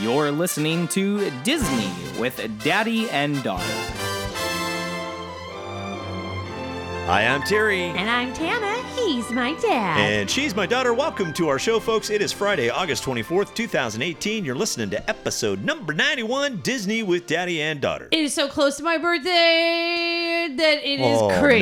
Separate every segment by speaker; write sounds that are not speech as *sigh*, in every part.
Speaker 1: You're listening to Disney with Daddy and Daughter.
Speaker 2: Hi, I'm Terry.
Speaker 3: And I'm Tana. He's my dad.
Speaker 2: And she's my daughter. Welcome to our show, folks. It is Friday, August 24th, 2018. You're listening to episode number 91 Disney with Daddy and Daughter.
Speaker 3: it is so close to my birthday that it is
Speaker 2: oh,
Speaker 3: crazy.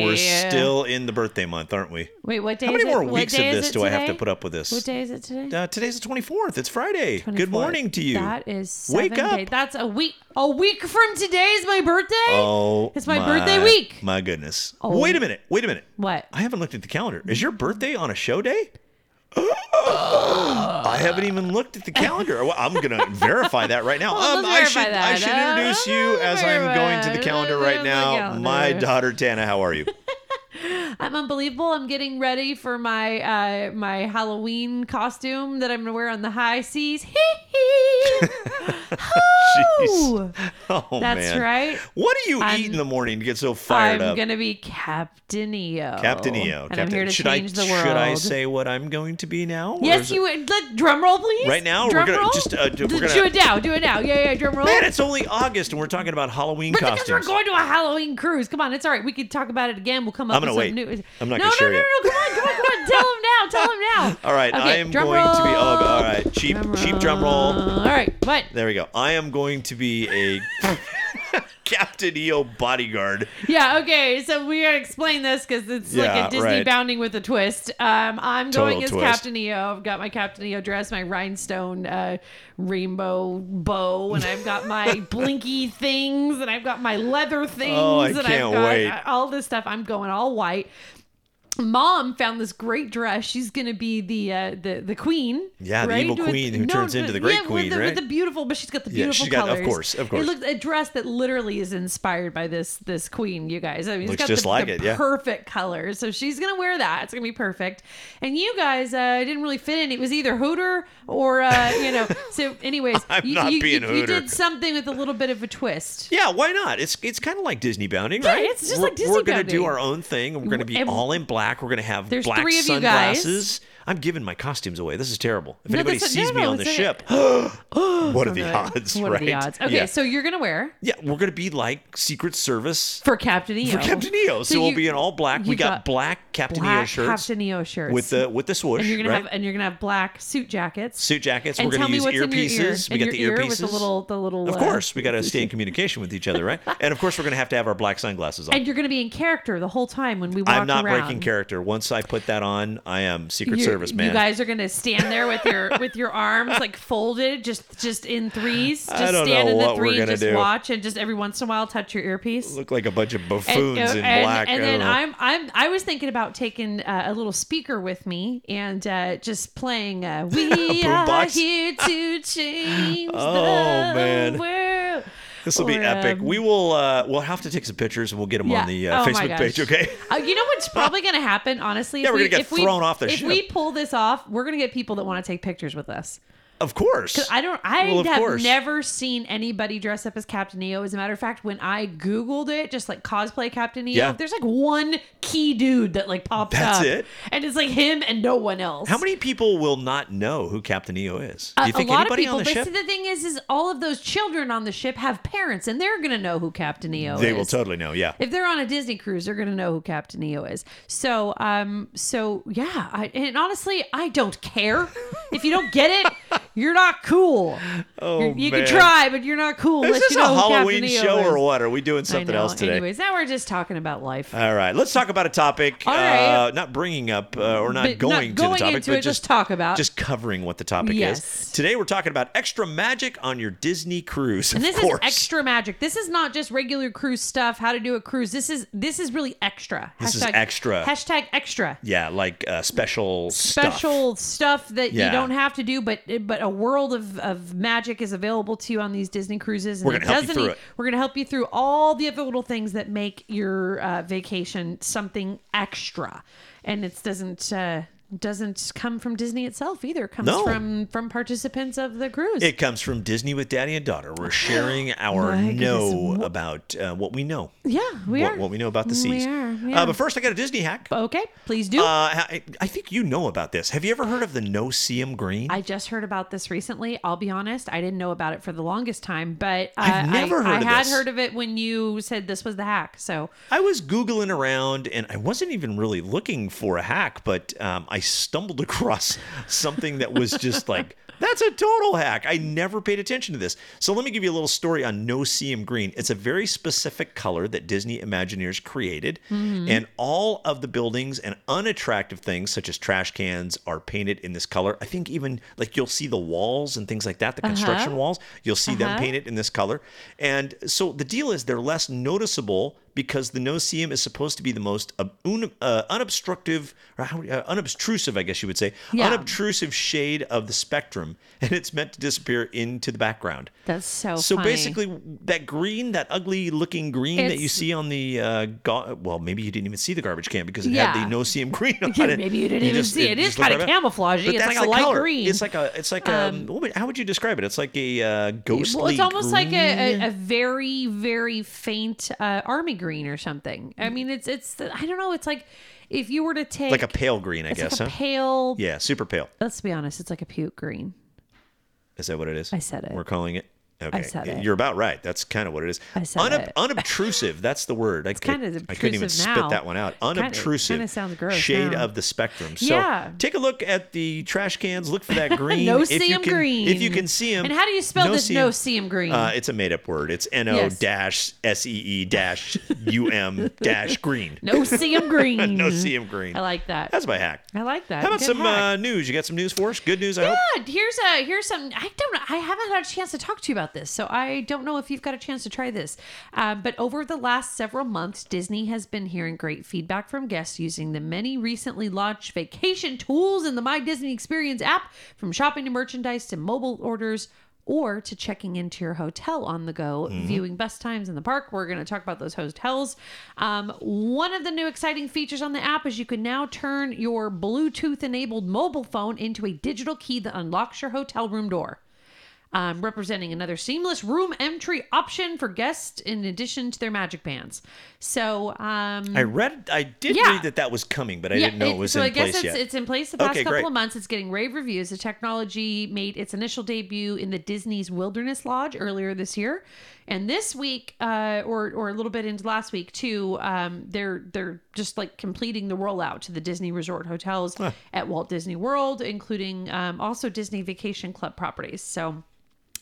Speaker 2: Man, we're still in the birthday month, aren't we?
Speaker 3: Wait, what day
Speaker 2: How
Speaker 3: is
Speaker 2: many
Speaker 3: it?
Speaker 2: more
Speaker 3: What
Speaker 2: weeks of
Speaker 3: day is
Speaker 2: this
Speaker 3: it
Speaker 2: do I have to
Speaker 3: today?
Speaker 2: put up with this?
Speaker 3: What day is it today?
Speaker 2: Uh, today's the 24th. It's Friday.
Speaker 3: 24th.
Speaker 2: Good morning to you.
Speaker 3: That is seven
Speaker 2: Wake up.
Speaker 3: days. That's a week. A week from today is my birthday.
Speaker 2: Oh,
Speaker 3: It's my birthday week.
Speaker 2: My goodness.
Speaker 3: Oh.
Speaker 2: Wait a minute. Wait a minute.
Speaker 3: What?
Speaker 2: I haven't looked at the calendar. Is your birthday on a show day? *gasps* I haven't even looked at the calendar. Well, I'm
Speaker 3: *laughs*
Speaker 2: gonna verify that right now.
Speaker 3: Well,
Speaker 2: um,
Speaker 3: let's
Speaker 2: I should I
Speaker 3: verify that.
Speaker 2: should
Speaker 3: Uh,
Speaker 2: introduce you as I'm going to the calendar right now. My daughter Tana, how
Speaker 3: *laughs*
Speaker 2: are you?
Speaker 3: I'm unbelievable. I'm getting ready for my uh, my Halloween costume that I'm gonna wear on the high seas. *laughs* Hee
Speaker 2: *laughs*
Speaker 3: hee.
Speaker 2: Jeez. Oh
Speaker 3: That's
Speaker 2: man.
Speaker 3: right.
Speaker 2: What do you
Speaker 3: I'm-
Speaker 2: eat in the morning to get so fired
Speaker 3: I'm
Speaker 2: up?
Speaker 3: gonna be Captain EO.
Speaker 2: Captain EO.
Speaker 3: And
Speaker 2: Captain,
Speaker 3: I'm here to
Speaker 2: should
Speaker 3: change
Speaker 2: I
Speaker 3: the world.
Speaker 2: should I say what I'm going to be now? Or
Speaker 3: Yes,
Speaker 2: is it-
Speaker 3: you would. Let, drum roll, please.
Speaker 2: Right now, we're
Speaker 3: drum
Speaker 2: gonna
Speaker 3: roll?
Speaker 2: just, uh, d- we're
Speaker 3: D-
Speaker 2: gonna-
Speaker 3: do it now. Do it now. Yeah, yeah. Drum roll.
Speaker 2: Man, it's only August and we're talking about Halloween
Speaker 3: But because we're
Speaker 2: costumes.
Speaker 3: going to a Halloween cruise. Come on, it's all right. We could talk about it again. We'll come up
Speaker 2: I'm
Speaker 3: with
Speaker 2: gonna
Speaker 3: something
Speaker 2: wait.
Speaker 3: new.
Speaker 2: I'm not
Speaker 3: no,
Speaker 2: gonna
Speaker 3: no,
Speaker 2: share
Speaker 3: no,
Speaker 2: yet.
Speaker 3: no, Come on, come on, come on. Tell him now. Tell him now.
Speaker 2: *laughs* all right, I
Speaker 3: Okay,
Speaker 2: am
Speaker 3: drum
Speaker 2: going to be. Oh,
Speaker 3: roll.
Speaker 2: all right, cheap, cheap drum roll.
Speaker 3: All right, what?
Speaker 2: There we go. I am going to be a
Speaker 3: *laughs*
Speaker 2: Captain EO bodyguard.
Speaker 3: Yeah, okay. So we gotta explain this because it's like
Speaker 2: Yeah,
Speaker 3: a Disney
Speaker 2: right.
Speaker 3: bounding with a twist. Um, I'm
Speaker 2: Total
Speaker 3: going as
Speaker 2: twist.
Speaker 3: Captain EO. I've got my Captain EO dress, my rhinestone uh, rainbow bow, and I've
Speaker 2: *laughs*
Speaker 3: got my blinky things, and I've got my leather things,
Speaker 2: Oh, I
Speaker 3: and I've
Speaker 2: can't
Speaker 3: got
Speaker 2: wait.
Speaker 3: uh, all this stuff. I'm going all white. Mom found this great dress. She's gonna be the uh, the the queen.
Speaker 2: Yeah, the
Speaker 3: right?
Speaker 2: evil
Speaker 3: With-
Speaker 2: queen who turns into the great
Speaker 3: yeah, with
Speaker 2: queen,
Speaker 3: the-
Speaker 2: right?
Speaker 3: With the beautiful, but she's got the
Speaker 2: Yeah,
Speaker 3: beautiful
Speaker 2: she's got- of
Speaker 3: colors.
Speaker 2: course, of
Speaker 3: It
Speaker 2: course.
Speaker 3: looks a dress that literally is inspired by this this queen. You guys, I mean, it's
Speaker 2: Looks
Speaker 3: got
Speaker 2: just
Speaker 3: the,
Speaker 2: like
Speaker 3: the
Speaker 2: it, yeah.
Speaker 3: perfect colors. So she's gonna wear that. It's gonna be perfect. And you guys, uh, didn't really fit in. It was either Hooter or uh,
Speaker 2: *laughs*
Speaker 3: you know. So, anyways,
Speaker 2: I'm
Speaker 3: you,
Speaker 2: not
Speaker 3: you,
Speaker 2: being
Speaker 3: you, you
Speaker 2: Hooter.
Speaker 3: did something with a little bit of a twist.
Speaker 2: Yeah, why not? It's it's kind of like Disney bounding,
Speaker 3: Yeah,
Speaker 2: right?
Speaker 3: it's just
Speaker 2: we're,
Speaker 3: like Disney
Speaker 2: We're gonna do
Speaker 3: bounding.
Speaker 2: our own thing. and We're gonna be
Speaker 3: And-
Speaker 2: all in black. We're gonna have
Speaker 3: There's
Speaker 2: black
Speaker 3: three of you guys.
Speaker 2: sunglasses. I'm giving my costumes away. This is terrible. If
Speaker 3: No,
Speaker 2: anybody
Speaker 3: that's-
Speaker 2: sees
Speaker 3: no,
Speaker 2: me
Speaker 3: no,
Speaker 2: on the
Speaker 3: it's
Speaker 2: ship, *gasps*
Speaker 3: *gasps*
Speaker 2: what are *laughs* the odds?
Speaker 3: Oh, What
Speaker 2: right?
Speaker 3: are the odds? Okay,
Speaker 2: yeah.
Speaker 3: so you're gonna wear
Speaker 2: yeah, we're gonna be like Secret Service
Speaker 3: for Captain EO.
Speaker 2: for Captain EO. So, we'll
Speaker 3: you-
Speaker 2: be in all black. We
Speaker 3: you
Speaker 2: got, black Captain EO
Speaker 3: black
Speaker 2: shirts
Speaker 3: Captain EO shirts
Speaker 2: with the with the swoosh,
Speaker 3: and you're gonna
Speaker 2: right?
Speaker 3: have and you're gonna have black suit jackets.
Speaker 2: Suit jackets.
Speaker 3: and
Speaker 2: we're
Speaker 3: tell
Speaker 2: gonna
Speaker 3: me
Speaker 2: use
Speaker 3: what's in your ear.
Speaker 2: earpieces. We
Speaker 3: And
Speaker 2: got the
Speaker 3: your ear
Speaker 2: earpieces
Speaker 3: with the little the little.
Speaker 2: Of
Speaker 3: uh,
Speaker 2: course, we got to stay in communication with each
Speaker 3: *laughs*
Speaker 2: other, right? and of course, we're gonna have to have our black sunglasses on.
Speaker 3: And you're gonna be in character the whole time when we walk
Speaker 2: I'm not
Speaker 3: around.
Speaker 2: breaking character. Once I put that on, I am Secret
Speaker 3: You're-
Speaker 2: Service man.
Speaker 3: You guys are gonna stand there with your with your arms like folded, just just in threes. Just
Speaker 2: I don't
Speaker 3: stand
Speaker 2: know
Speaker 3: in the
Speaker 2: what we're
Speaker 3: three,
Speaker 2: gonna
Speaker 3: just
Speaker 2: do.
Speaker 3: watch, and just every once in a while touch your earpiece.
Speaker 2: look like a bunch of
Speaker 3: and,
Speaker 2: buffoons
Speaker 3: uh,
Speaker 2: in
Speaker 3: and-
Speaker 2: black.
Speaker 3: and
Speaker 2: I don't
Speaker 3: then
Speaker 2: know.
Speaker 3: I'm I'm I was thinking about taking uh, a little speaker with me and uh, just
Speaker 2: *laughs*
Speaker 3: playing. Uh, we are
Speaker 2: Boombox?
Speaker 3: here to change
Speaker 2: *laughs* Oh,
Speaker 3: the
Speaker 2: man.
Speaker 3: world.
Speaker 2: this will be
Speaker 3: or,
Speaker 2: epic.
Speaker 3: um,
Speaker 2: we will. Uh, we'll have to take some pictures and we'll get them on the uh,
Speaker 3: Oh my
Speaker 2: Facebook
Speaker 3: gosh.
Speaker 2: page.
Speaker 3: *laughs*
Speaker 2: Okay. *laughs*
Speaker 3: Uh, you know what's probably going to happen, honestly?
Speaker 2: Yeah,
Speaker 3: if
Speaker 2: we're
Speaker 3: we-
Speaker 2: gonna get
Speaker 3: if we-
Speaker 2: thrown off the
Speaker 3: If
Speaker 2: ship.
Speaker 3: we pull this off, we're going to get people that want to take pictures with us.
Speaker 2: Of course.
Speaker 3: I don't. I
Speaker 2: Well, of
Speaker 3: have
Speaker 2: course.
Speaker 3: never seen anybody dress up as Captain EO. As a matter of fact, when I googled it, just like cosplay Captain EO,
Speaker 2: Yeah.
Speaker 3: there's like one key dude that like pops
Speaker 2: That's
Speaker 3: up.
Speaker 2: it?
Speaker 3: and it's like him and no one else. Uh,
Speaker 2: How many people will not know who Captain EO is? Do you
Speaker 3: a
Speaker 2: think
Speaker 3: lot
Speaker 2: anybody
Speaker 3: of people,
Speaker 2: on the
Speaker 3: but
Speaker 2: ship?
Speaker 3: see, the thing is, is all of those children on the ship have parents, and they're gonna know who Captain EO is.
Speaker 2: they will totally know. Yeah.
Speaker 3: if they're on a Disney cruise, they're gonna know who Captain EO is. So, um, so yeah, I, and honestly, I don't care if you don't get
Speaker 2: *laughs*
Speaker 3: it. You're not cool. Oh, you
Speaker 2: man.
Speaker 3: can try, but you're not cool.
Speaker 2: Is
Speaker 3: unless
Speaker 2: this
Speaker 3: you know
Speaker 2: a
Speaker 3: who Captain
Speaker 2: Halloween
Speaker 3: EO
Speaker 2: show
Speaker 3: is.
Speaker 2: or what? Are we doing
Speaker 3: I
Speaker 2: something
Speaker 3: know.
Speaker 2: else today? Uh,
Speaker 3: Anyways, now we're just talking about life.
Speaker 2: All right, let's talk about a topic.
Speaker 3: All right.
Speaker 2: uh, not bringing up uh, or not
Speaker 3: But not
Speaker 2: going to
Speaker 3: going
Speaker 2: the topic,
Speaker 3: into
Speaker 2: but
Speaker 3: it,
Speaker 2: just
Speaker 3: just talk about-
Speaker 2: just covering what the topic
Speaker 3: Yes.
Speaker 2: is. Today we're talking about extra magic on your Disney cruise.
Speaker 3: And
Speaker 2: of
Speaker 3: this
Speaker 2: course.
Speaker 3: is extra magic. This is not just regular cruise stuff. How to do a cruise. This is this is really extra.
Speaker 2: This is extra.
Speaker 3: Hashtag extra.
Speaker 2: Yeah, like uh, special
Speaker 3: Special stuff, that
Speaker 2: Yeah.
Speaker 3: you don't have to do, but but a world of, of magic is available to you on these Disney cruises. And
Speaker 2: We're gonna help you
Speaker 3: doesn't
Speaker 2: through
Speaker 3: e-
Speaker 2: it.
Speaker 3: We're going to help you through all the other little things that make your uh, vacation something extra, and it doesn't. Uh, doesn't come from Disney itself either. It comes
Speaker 2: No.
Speaker 3: from from participants of the cruise.
Speaker 2: It comes from Disney with Daddy and Daughter. We're sharing
Speaker 3: *gasps*
Speaker 2: our
Speaker 3: My goodness,
Speaker 2: know
Speaker 3: what-
Speaker 2: about uh, what we know,
Speaker 3: yeah, we
Speaker 2: what,
Speaker 3: are.
Speaker 2: what we know about the seas.
Speaker 3: We are.
Speaker 2: uh,
Speaker 3: yeah.
Speaker 2: but first, I got a Disney hack.
Speaker 3: okay, please do.
Speaker 2: Uh, I, I think you know about this. Have you ever heard of the No Seum Green?
Speaker 3: I just heard about this recently. I'll be honest, I didn't know about it for the longest time, but uh,
Speaker 2: I've never
Speaker 3: I,
Speaker 2: heard
Speaker 3: I
Speaker 2: of
Speaker 3: had
Speaker 2: this.
Speaker 3: heard of it when you said this was the hack. So
Speaker 2: I was Googling around and I wasn't even really looking for a hack, but um, I stumbled *laughs* across something that was just like, that's a total hack. I never paid attention to this. So let me give you a little story on No Seam Green. It's a very specific color that Disney Imagineers created, and all of the buildings and unattractive things, such as trash cans, are painted in this color. I think even like you'll see the walls and things like that, the construction walls, you'll see them painted in this color. And so the deal is they're less noticeable because the noceum is supposed to be the most ob- un- uh, unobstructive, or how, uh, unobtrusive, I guess you would say,
Speaker 3: Yeah.
Speaker 2: unobtrusive shade of the spectrum, *laughs* and it's meant to disappear into the background.
Speaker 3: that's so.
Speaker 2: So
Speaker 3: Oh, funny.
Speaker 2: basically, that green, that ugly looking green that you
Speaker 3: It's-
Speaker 2: see on the, uh, ga- well, maybe you didn't even see the garbage can because it
Speaker 3: Yeah.
Speaker 2: had the
Speaker 3: *laughs*
Speaker 2: noceum green on
Speaker 3: Yeah,
Speaker 2: it.
Speaker 3: maybe you didn't even see it. It is
Speaker 2: just looked
Speaker 3: kinda camouflagey.
Speaker 2: But
Speaker 3: It's
Speaker 2: that's
Speaker 3: like a
Speaker 2: the
Speaker 3: light
Speaker 2: color.
Speaker 3: green. Um,
Speaker 2: It's like a, it's like a, what would- how would you describe it? It's like a uh, ghostly
Speaker 3: well, it's almost like
Speaker 2: green.
Speaker 3: a, a, a very, very faint uh, army green or something. I mean, it's it's. I don't know. It's like if you were to take
Speaker 2: like a pale green, I
Speaker 3: it's
Speaker 2: guess,
Speaker 3: like a
Speaker 2: huh?
Speaker 3: pale.
Speaker 2: Yeah, super pale.
Speaker 3: Let's be honest. It's like a puke green.
Speaker 2: Is that what it is?
Speaker 3: I said it.
Speaker 2: We're calling it. Okay.
Speaker 3: said it.
Speaker 2: You're about right. That's kind of what it is.
Speaker 3: I said it.
Speaker 2: Unobtrusive. That's the word. I, it's
Speaker 3: kind of
Speaker 2: I couldn't even
Speaker 3: obtrusive
Speaker 2: spit
Speaker 3: now.
Speaker 2: that one out.
Speaker 3: It kinda- it
Speaker 2: Unobtrusive.
Speaker 3: kinda sounds gross
Speaker 2: Shade
Speaker 3: now.
Speaker 2: of the spectrum. So
Speaker 3: Yeah.
Speaker 2: take a look at the trash cans. Look for
Speaker 3: *laughs*
Speaker 2: that green.
Speaker 3: No
Speaker 2: if you
Speaker 3: seam
Speaker 2: can-
Speaker 3: green.
Speaker 2: If you can see them.
Speaker 3: And how do you spell this no seam green?
Speaker 2: Uh, it's a made up word. It's N O
Speaker 3: Yes.
Speaker 2: dash S E E dash U M
Speaker 3: *laughs*
Speaker 2: dash green.
Speaker 3: No seam
Speaker 2: *laughs*
Speaker 3: green.
Speaker 2: No seam green.
Speaker 3: I like that.
Speaker 2: That's my hack.
Speaker 3: I like that.
Speaker 2: How about
Speaker 3: Good
Speaker 2: some
Speaker 3: hack.
Speaker 2: uh, news? You got some news for us? Good news, I hope.
Speaker 3: Yeah, here's a here's some. I don't. know. I haven't had a chance to talk to you about this, so I don't know if you've got a chance to try this. Um, but over the last several months, Disney has been hearing great feedback from guests using the many recently launched vacation tools in the My Disney Experience app, from shopping to merchandise to mobile orders. Or to checking into your hotel on the go, viewing best times in the park. We're going to talk about those hotels. Um, one of the new exciting features on the app is you can now turn your Bluetooth enabled mobile phone into a digital key that unlocks your hotel room door. Um, representing another seamless room entry option for guests in addition to their magic bands. So, um,
Speaker 2: I read, I did
Speaker 3: Yeah.
Speaker 2: read that that was coming, but I didn't know it, was
Speaker 3: so
Speaker 2: in
Speaker 3: I guess
Speaker 2: place
Speaker 3: it's,
Speaker 2: yet.
Speaker 3: it's in place the past
Speaker 2: Okay,
Speaker 3: couple
Speaker 2: great.
Speaker 3: of months. It's getting rave reviews. The technology made its initial debut in the Disney's Wilderness Lodge earlier this year, and this week, uh, or or a little bit into last week too, um, they're they're just like completing the rollout to the Disney Resort hotels at Walt Disney World, including um, also Disney Vacation Club properties. So.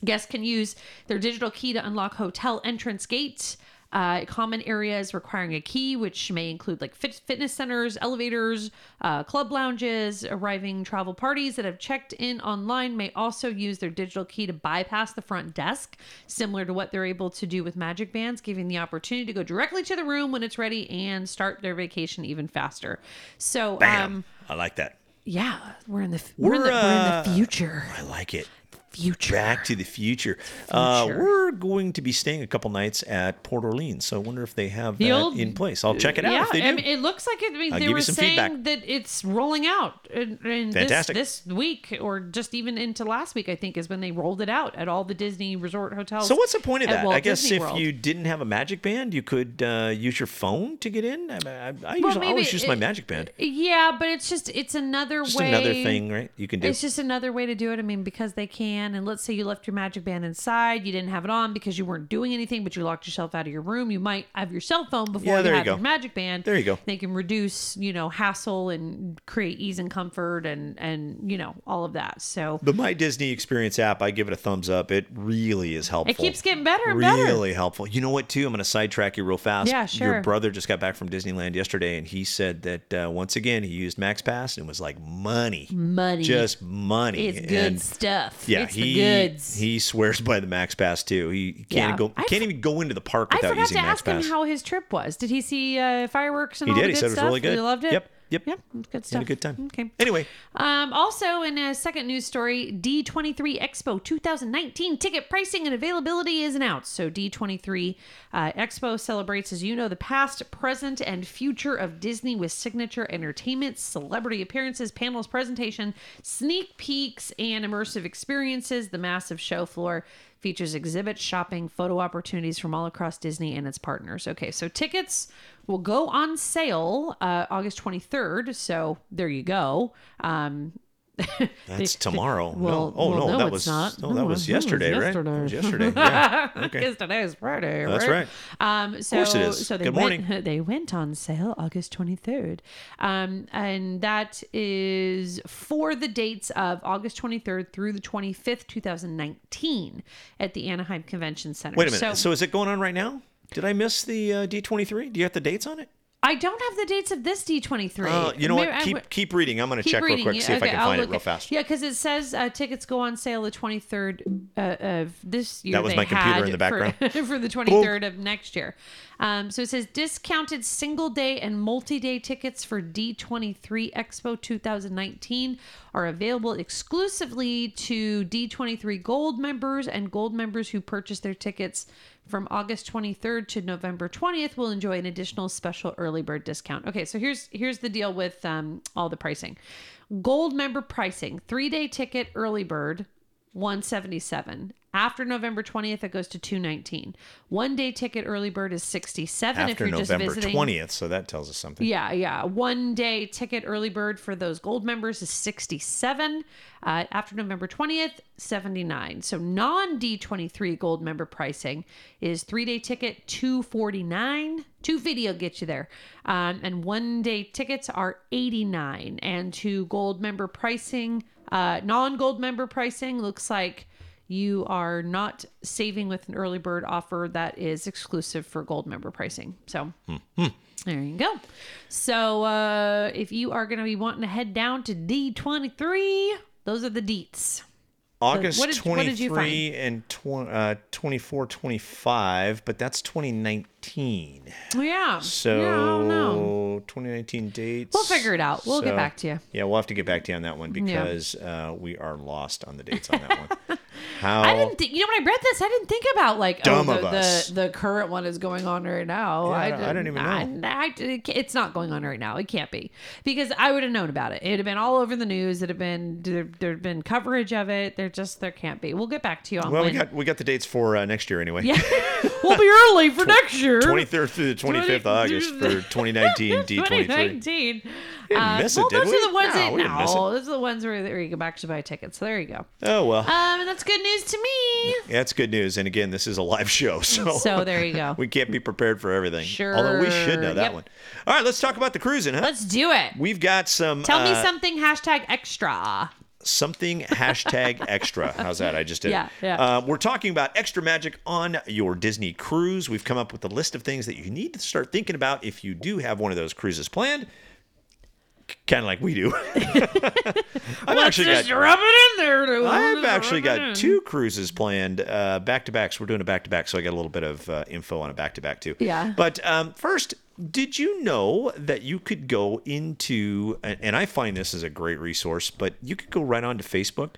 Speaker 3: Guests can use their digital key to unlock hotel entrance gates. Uh, common areas requiring a key, which may include like fit- fitness centers, elevators, uh, club lounges. Arriving travel parties that have checked in online may also use their digital key to bypass the front desk, similar to what they're able to do with Magic Bands, giving the opportunity to go directly to the room when it's ready and start their vacation even faster. So, um,
Speaker 2: I like that.
Speaker 3: yeah, we're in the f- we're, in the,
Speaker 2: We're,
Speaker 3: we're in
Speaker 2: uh,
Speaker 3: the future.
Speaker 2: I like it.
Speaker 3: Future.
Speaker 2: Back to the future. Uh,
Speaker 3: Future.
Speaker 2: we're going to be staying a couple nights at Port Orleans, so I wonder if they have that
Speaker 3: old-
Speaker 2: in place. I'll check it out
Speaker 3: yeah,
Speaker 2: if they do.
Speaker 3: I mean, it looks like it. I mean,
Speaker 2: I'll
Speaker 3: they
Speaker 2: give you
Speaker 3: were
Speaker 2: some
Speaker 3: saying
Speaker 2: feedback.
Speaker 3: that it's rolling out, and, and this,
Speaker 2: Fantastic.
Speaker 3: this week or just even into last week, I think, is when they rolled it out at all the Disney resort hotels.
Speaker 2: so what's the point of
Speaker 3: at
Speaker 2: that?
Speaker 3: Walt
Speaker 2: I guess
Speaker 3: Disney
Speaker 2: if
Speaker 3: World.
Speaker 2: you didn't have a Magic Band, you could uh, use your phone to get in. I, mean, I, I usually
Speaker 3: maybe
Speaker 2: always use my
Speaker 3: it-
Speaker 2: Magic Band.
Speaker 3: yeah, but it's just it's another
Speaker 2: Just
Speaker 3: way.
Speaker 2: another thing, right? You can do.
Speaker 3: It's just another way to do it. I mean, because they can. And let's say you left your magic band inside, you didn't have it on because you weren't doing anything, but you locked yourself out of your room. You might have your cell phone before
Speaker 2: Yeah,
Speaker 3: you
Speaker 2: there you
Speaker 3: have
Speaker 2: go.
Speaker 3: your magic band.
Speaker 2: There you go.
Speaker 3: They can reduce, you know, hassle and create ease and comfort and and you know all of that. So
Speaker 2: The My Disney Experience app, I give it a thumbs up. It really is helpful.
Speaker 3: It keeps getting better and
Speaker 2: really
Speaker 3: better.
Speaker 2: helpful. You know what, too? I'm going to sidetrack you real fast.
Speaker 3: Yeah,
Speaker 2: Your
Speaker 3: sure.
Speaker 2: brother just got back from Disneyland yesterday, and he said that uh, once again, he used MaxPass and was like, money.
Speaker 3: money
Speaker 2: Just money.
Speaker 3: is good
Speaker 2: And
Speaker 3: stuff.
Speaker 2: yeah,
Speaker 3: it's
Speaker 2: he
Speaker 3: the goods.
Speaker 2: he swears by the MaxPass, too. He can't,
Speaker 3: Yeah.
Speaker 2: go,
Speaker 3: I
Speaker 2: can't
Speaker 3: f-
Speaker 2: even go into the park
Speaker 3: I
Speaker 2: without
Speaker 3: forgot
Speaker 2: using
Speaker 3: to ask
Speaker 2: MaxPass.
Speaker 3: him how his trip was. Did he see uh, fireworks and
Speaker 2: he
Speaker 3: all
Speaker 2: did.
Speaker 3: the
Speaker 2: He
Speaker 3: good
Speaker 2: said it was
Speaker 3: stuff?
Speaker 2: really good.
Speaker 3: He loved it.
Speaker 2: Yep. Yep.
Speaker 3: Yep. Good stuff.
Speaker 2: Had a good time.
Speaker 3: Okay.
Speaker 2: Anyway,
Speaker 3: Um, also, in a second news story, D23 Expo 2019 ticket pricing and availability is announced. So, D23 uh, Expo celebrates, as you know, the past, present, and future of Disney with signature entertainment, celebrity appearances, panels, presentation, sneak peeks, and immersive experiences. The massive show floor features exhibits, shopping, photo opportunities from all across Disney and its partners. Okay, so tickets will go on sale uh, August 23rd. So there you go. Um,
Speaker 2: that's tomorrow.
Speaker 3: Well,
Speaker 2: no. Oh
Speaker 3: well,
Speaker 2: no,
Speaker 3: no,
Speaker 2: that
Speaker 3: it's
Speaker 2: was
Speaker 3: not.
Speaker 2: no,
Speaker 3: No,
Speaker 2: that
Speaker 3: it
Speaker 2: was
Speaker 3: was- that was
Speaker 2: yesterday, right? That was
Speaker 3: *laughs*
Speaker 2: yesterday. Yeah. Okay.
Speaker 3: because today's Friday.
Speaker 2: That's
Speaker 3: right. Um, so,
Speaker 2: course it is.
Speaker 3: So they
Speaker 2: Good
Speaker 3: went,
Speaker 2: morning.
Speaker 3: *laughs* They went on sale August 23rd, um, and that is for the dates of August 23rd through the 25th, 2019, at the Anaheim Convention Center.
Speaker 2: Wait a minute. So, is it going on right now? Did I miss the uh, D23? Do you have the dates on it?
Speaker 3: I don't have the dates of this D23.
Speaker 2: Uh, you know
Speaker 3: Maybe
Speaker 2: what?
Speaker 3: I
Speaker 2: Keep
Speaker 3: would-
Speaker 2: keep reading. I'm going to
Speaker 3: keep
Speaker 2: check real
Speaker 3: reading.
Speaker 2: quick,
Speaker 3: Yeah,
Speaker 2: see if I
Speaker 3: okay,
Speaker 2: can
Speaker 3: I'll
Speaker 2: find it
Speaker 3: look
Speaker 2: real
Speaker 3: at-
Speaker 2: fast.
Speaker 3: Yeah, because it says uh, tickets go on sale the 23rd uh, of this year.
Speaker 2: That was
Speaker 3: they
Speaker 2: my computer
Speaker 3: had
Speaker 2: in the
Speaker 3: For,
Speaker 2: background.
Speaker 3: *laughs* for the 23rd of next year. Um, so it says discounted single day and multi day tickets for D23 Expo 2019 are available exclusively to D23 Gold members, and Gold members who purchase their tickets from August 23rd to November 20th will enjoy an additional special early bird discount. Okay, so here's here's the deal with um, all the pricing. Gold member pricing, three day ticket early bird, 177. After November 20th, it goes to 219. One day ticket early bird is 67. if
Speaker 2: After
Speaker 3: you're
Speaker 2: November
Speaker 3: just visiting.
Speaker 2: 20th, so that tells us something.
Speaker 3: Yeah, yeah. One day ticket early bird for those gold members is 67. Uh, after November 20th, 79. So non D23 gold member pricing is three day ticket 249. Two video get you there. Um, and one day tickets are 89. And to gold member pricing, uh, non gold member pricing looks like you are not saving with an early bird offer that is exclusive for gold member pricing. So. There you go. So uh, if you are going to be wanting to head down to D23, those are the deets.
Speaker 2: August
Speaker 3: what did- what did you
Speaker 2: 23 and tw- uh, 24, 25, but that's 2019.
Speaker 3: Yeah.
Speaker 2: So
Speaker 3: yeah, I don't know.
Speaker 2: 2019 dates.
Speaker 3: We'll figure it out. We'll get back to you.
Speaker 2: Yeah, we'll have to get back to you on that one because uh, we are lost on the dates on that
Speaker 3: *laughs*
Speaker 2: one. How
Speaker 3: I didn't think, you know, when I read this, I didn't think about like,
Speaker 2: Dumb
Speaker 3: oh,
Speaker 2: of
Speaker 3: the,
Speaker 2: us.
Speaker 3: the, the current one is going on right now.
Speaker 2: I don't- I
Speaker 3: didn't-
Speaker 2: don't even know.
Speaker 3: I- I- it's not going on right now. It can't be because I would have known about it. It'd have been all over the news. It'd have been, there, there'd been coverage of it. There just, there can't be. We'll get back to you on
Speaker 2: well, we
Speaker 3: when-
Speaker 2: got we got the dates for uh, next year anyway. *laughs*
Speaker 3: *laughs* yeah. we'll be early for next year.
Speaker 2: 23rd through the 25th of August for
Speaker 3: *laughs*
Speaker 2: 2019 D23.
Speaker 3: 2019.
Speaker 2: Didn't
Speaker 3: Uh,
Speaker 2: miss it,
Speaker 3: well,
Speaker 2: did
Speaker 3: those
Speaker 2: we?
Speaker 3: are the ones
Speaker 2: No,
Speaker 3: that
Speaker 2: we didn't miss
Speaker 3: no, those are the ones where, where you go back to buy tickets. So there you go. Um,
Speaker 2: Oh well,
Speaker 3: and that's good news
Speaker 2: *laughs*
Speaker 3: to me.
Speaker 2: that's good news. And again, this is a live *laughs* show, so
Speaker 3: So there you go.
Speaker 2: we can't be prepared for everything. Although we should know
Speaker 3: Sure,
Speaker 2: that
Speaker 3: yep.
Speaker 2: one. All right, let's talk about the cruising, huh?
Speaker 3: Let's do it.
Speaker 2: We've got some
Speaker 3: Tell me
Speaker 2: uh,
Speaker 3: something hashtag extra. *laughs*
Speaker 2: something hashtag extra. How's that? I just did. it.
Speaker 3: Yeah, yeah.
Speaker 2: Uh, we're talking about extra magic on your Disney cruise. We've come up with a list of things that you need to start thinking about if you do have one of those cruises planned. Kind of like we
Speaker 3: *laughs*
Speaker 2: do. *laughs* I've actually
Speaker 3: Just
Speaker 2: got.
Speaker 3: rub it in there. dude.
Speaker 2: I've
Speaker 3: Just
Speaker 2: actually
Speaker 3: rub it
Speaker 2: got
Speaker 3: in.
Speaker 2: two cruises planned, uh, back to backs. We're doing a back to back, so I got a little bit of uh, info on a back to back too.
Speaker 3: Yeah.
Speaker 2: But um, first, did you know that you could go into, and and I find this is a great resource, but you could go right onto Facebook,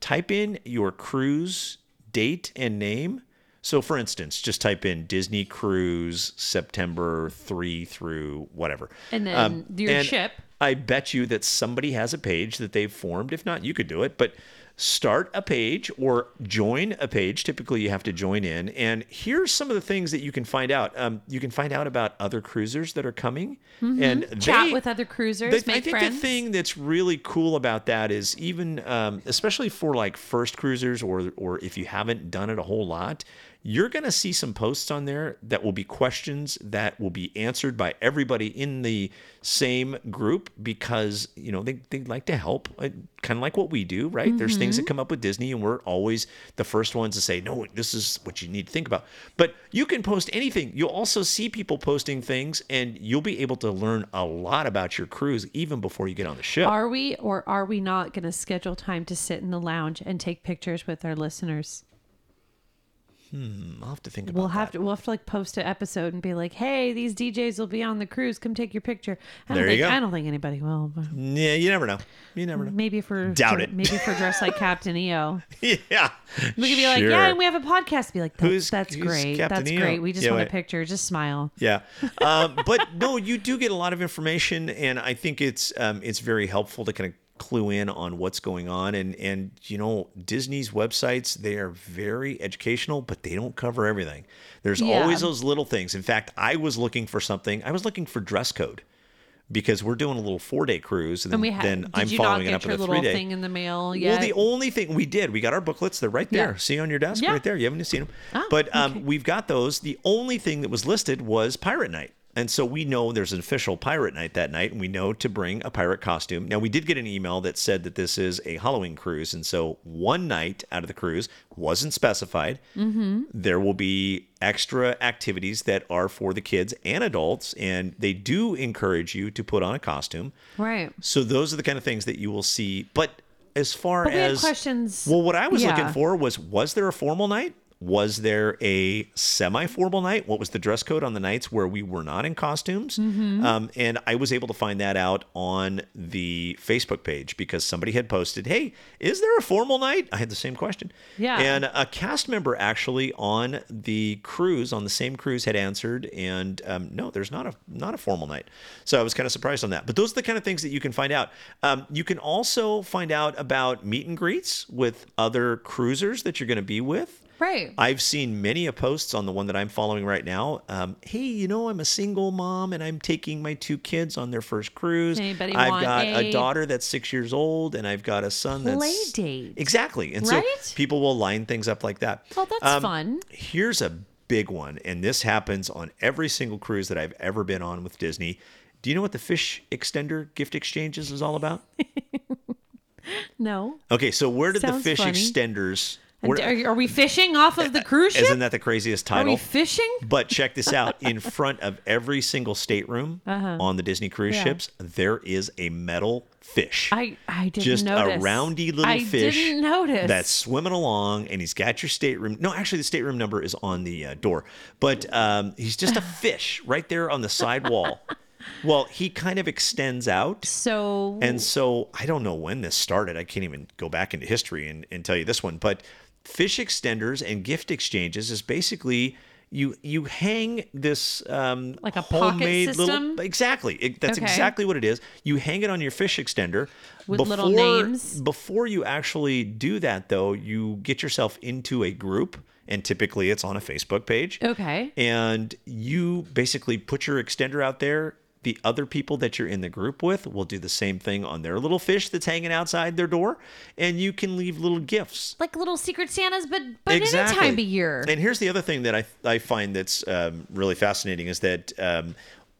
Speaker 2: type in your cruise date and name. So, for instance, just type in Disney Cruise September 3 through whatever.
Speaker 3: And then Um,
Speaker 2: um,
Speaker 3: your ship.
Speaker 2: I bet you that somebody has a page that they've formed. If not, you could do it, but start a page or join a page. Typically, you have to join in. And here's some of the things that you can find out. Um, you can find out about other cruisers that are coming and
Speaker 3: Mm-hmm. Chat
Speaker 2: they-
Speaker 3: with other cruisers,
Speaker 2: the- I
Speaker 3: make
Speaker 2: think
Speaker 3: friends.
Speaker 2: the thing that's really cool about that is even, um, especially for like first cruisers or or if you haven't done it a whole lot, you're gonna see some posts on there that will be questions that will be answered by everybody in the same group because you know they they like to help, kind of like what we do, right? There's things
Speaker 3: Mm-hmm.
Speaker 2: that come up with Disney, and we're always the first ones to say, no, this is what you need to think about. But you can post anything. You'll also see people posting things, and you'll be able to learn a lot about your cruise even before you get on the ship.
Speaker 3: Are we or are we not going to schedule time to sit in the lounge and take pictures with our listeners?
Speaker 2: I'll have to think about
Speaker 3: We'll
Speaker 2: that.
Speaker 3: have to we'll have to like post an episode and be like, hey, these DJs will be on the cruise. Come take your picture. I don't
Speaker 2: There you
Speaker 3: think
Speaker 2: go.
Speaker 3: I don't think anybody will. But
Speaker 2: Yeah, you never know. You never know. *laughs*
Speaker 3: maybe if we're
Speaker 2: Doubt it.
Speaker 3: Maybe if we're
Speaker 2: *laughs*
Speaker 3: dressed like Captain EO,
Speaker 2: yeah.
Speaker 3: we could be like, yeah, and we have a podcast. Be like, that's,
Speaker 2: Who's-
Speaker 3: that's
Speaker 2: who's
Speaker 3: great.
Speaker 2: Captain
Speaker 3: that's
Speaker 2: EO?
Speaker 3: great. We just
Speaker 2: Yeah,
Speaker 3: want
Speaker 2: wait.
Speaker 3: a picture. Just smile.
Speaker 2: Yeah, uh, but no, you do get a lot of information, and I think it's um, it's very helpful to kind of clue in on what's going on. And and you know, Disney's websites they are very educational, but they don't cover everything. There's
Speaker 3: Yeah.
Speaker 2: always those little things. In fact, I was looking for something. I was looking for dress code because we're doing a little four day cruise, and,
Speaker 3: And we
Speaker 2: then,
Speaker 3: had.
Speaker 2: then
Speaker 3: did
Speaker 2: I'm
Speaker 3: you
Speaker 2: following
Speaker 3: not
Speaker 2: it up
Speaker 3: get your
Speaker 2: with a
Speaker 3: little
Speaker 2: three day.
Speaker 3: thing in the mail?
Speaker 2: Well,
Speaker 3: Yeah.
Speaker 2: the only thing we did, we got our booklets. They're right there.
Speaker 3: Yeah.
Speaker 2: See on your desk,
Speaker 3: Yeah.
Speaker 2: right there. You haven't seen them.
Speaker 3: Ah,
Speaker 2: but um,
Speaker 3: okay.
Speaker 2: we've got those. The only thing that was listed was Pirate Night. And so we know there's an official pirate night that night, and we know to bring a pirate costume. Now, we did get an email that said that this is a Halloween cruise. And so one night out of the cruise wasn't specified.
Speaker 3: Mm-hmm.
Speaker 2: There will be extra activities that are for the kids and adults, and they do encourage you to put on a costume.
Speaker 3: right.
Speaker 2: So those are the kind of things that you will see. But as far
Speaker 3: But we had
Speaker 2: as
Speaker 3: questions-
Speaker 2: well, what I was
Speaker 3: yeah.
Speaker 2: looking for was was there a formal night? Was there a semi-formal night? What was the dress code on the nights where we were not in costumes?
Speaker 3: Mm-hmm.
Speaker 2: Um, and I was able to find that out on the Facebook page because somebody had posted, "Hey, is there a formal night?" I had the same question.
Speaker 3: Yeah.
Speaker 2: And a cast member actually on the cruise, on the same cruise, had answered, and um, no, there's not a not a formal night. So I was kind of surprised on that. But those are the kind of things that you can find out. Um, you can also find out about meet and greets with other cruisers that you're going to be with.
Speaker 3: Right.
Speaker 2: I've seen many a posts on the one that I'm following right now. Um, hey, you know, I'm a single mom and I'm taking my two kids on their first cruise.
Speaker 3: Anybody
Speaker 2: I've
Speaker 3: want
Speaker 2: got a
Speaker 3: a
Speaker 2: daughter that's six years old and I've got a son that's
Speaker 3: play date?
Speaker 2: Exactly. And
Speaker 3: Right?
Speaker 2: so people will line things up like that. Um,
Speaker 3: Well, that's fun.
Speaker 2: Here's a big one, and this happens on every single cruise that I've ever been on with Disney. Do you know what the fish extender gift exchanges is all
Speaker 3: *laughs*
Speaker 2: about?
Speaker 3: No.
Speaker 2: Okay, so where did the
Speaker 3: Sounds
Speaker 2: fish
Speaker 3: funny.
Speaker 2: extenders?
Speaker 3: And
Speaker 2: where-
Speaker 3: are, are we fishing off of the cruise ship?
Speaker 2: isn't that the craziest
Speaker 3: Are
Speaker 2: title?
Speaker 3: we fishing?
Speaker 2: But check this out: in front of every single stateroom on the Disney cruise
Speaker 3: Uh-huh. Yeah.
Speaker 2: ships, there is a metal fish.
Speaker 3: I I didn't
Speaker 2: just
Speaker 3: notice.
Speaker 2: a roundy little
Speaker 3: I
Speaker 2: fish
Speaker 3: didn't notice.
Speaker 2: that's swimming along, and he's got your stateroom. No, actually, the stateroom number is on the uh, door, but um, he's just
Speaker 3: *laughs*
Speaker 2: a fish right there on the side wall. Well, he kind of extends out.
Speaker 3: so.
Speaker 2: And so I don't know when this started. I can't even go back into history and, and tell you this one, but fish extenders and gift exchanges is basically you you hang this um,
Speaker 3: Like a pocket
Speaker 2: homemade
Speaker 3: system?
Speaker 2: little exactly It- that's
Speaker 3: Okay.
Speaker 2: exactly what it is. You hang it on your fish extender
Speaker 3: With little names?
Speaker 2: Before you actually do that, though, you get yourself into a group, and typically it's on a Facebook page
Speaker 3: okay.
Speaker 2: and you basically put your extender out there. The other people that you're in the group with will do the same thing on their little fish that's hanging outside their door, and you can leave little gifts.
Speaker 3: like little secret Santas, but but any time of year.
Speaker 2: And here's the other thing that I I find that's um, really fascinating is that. Um,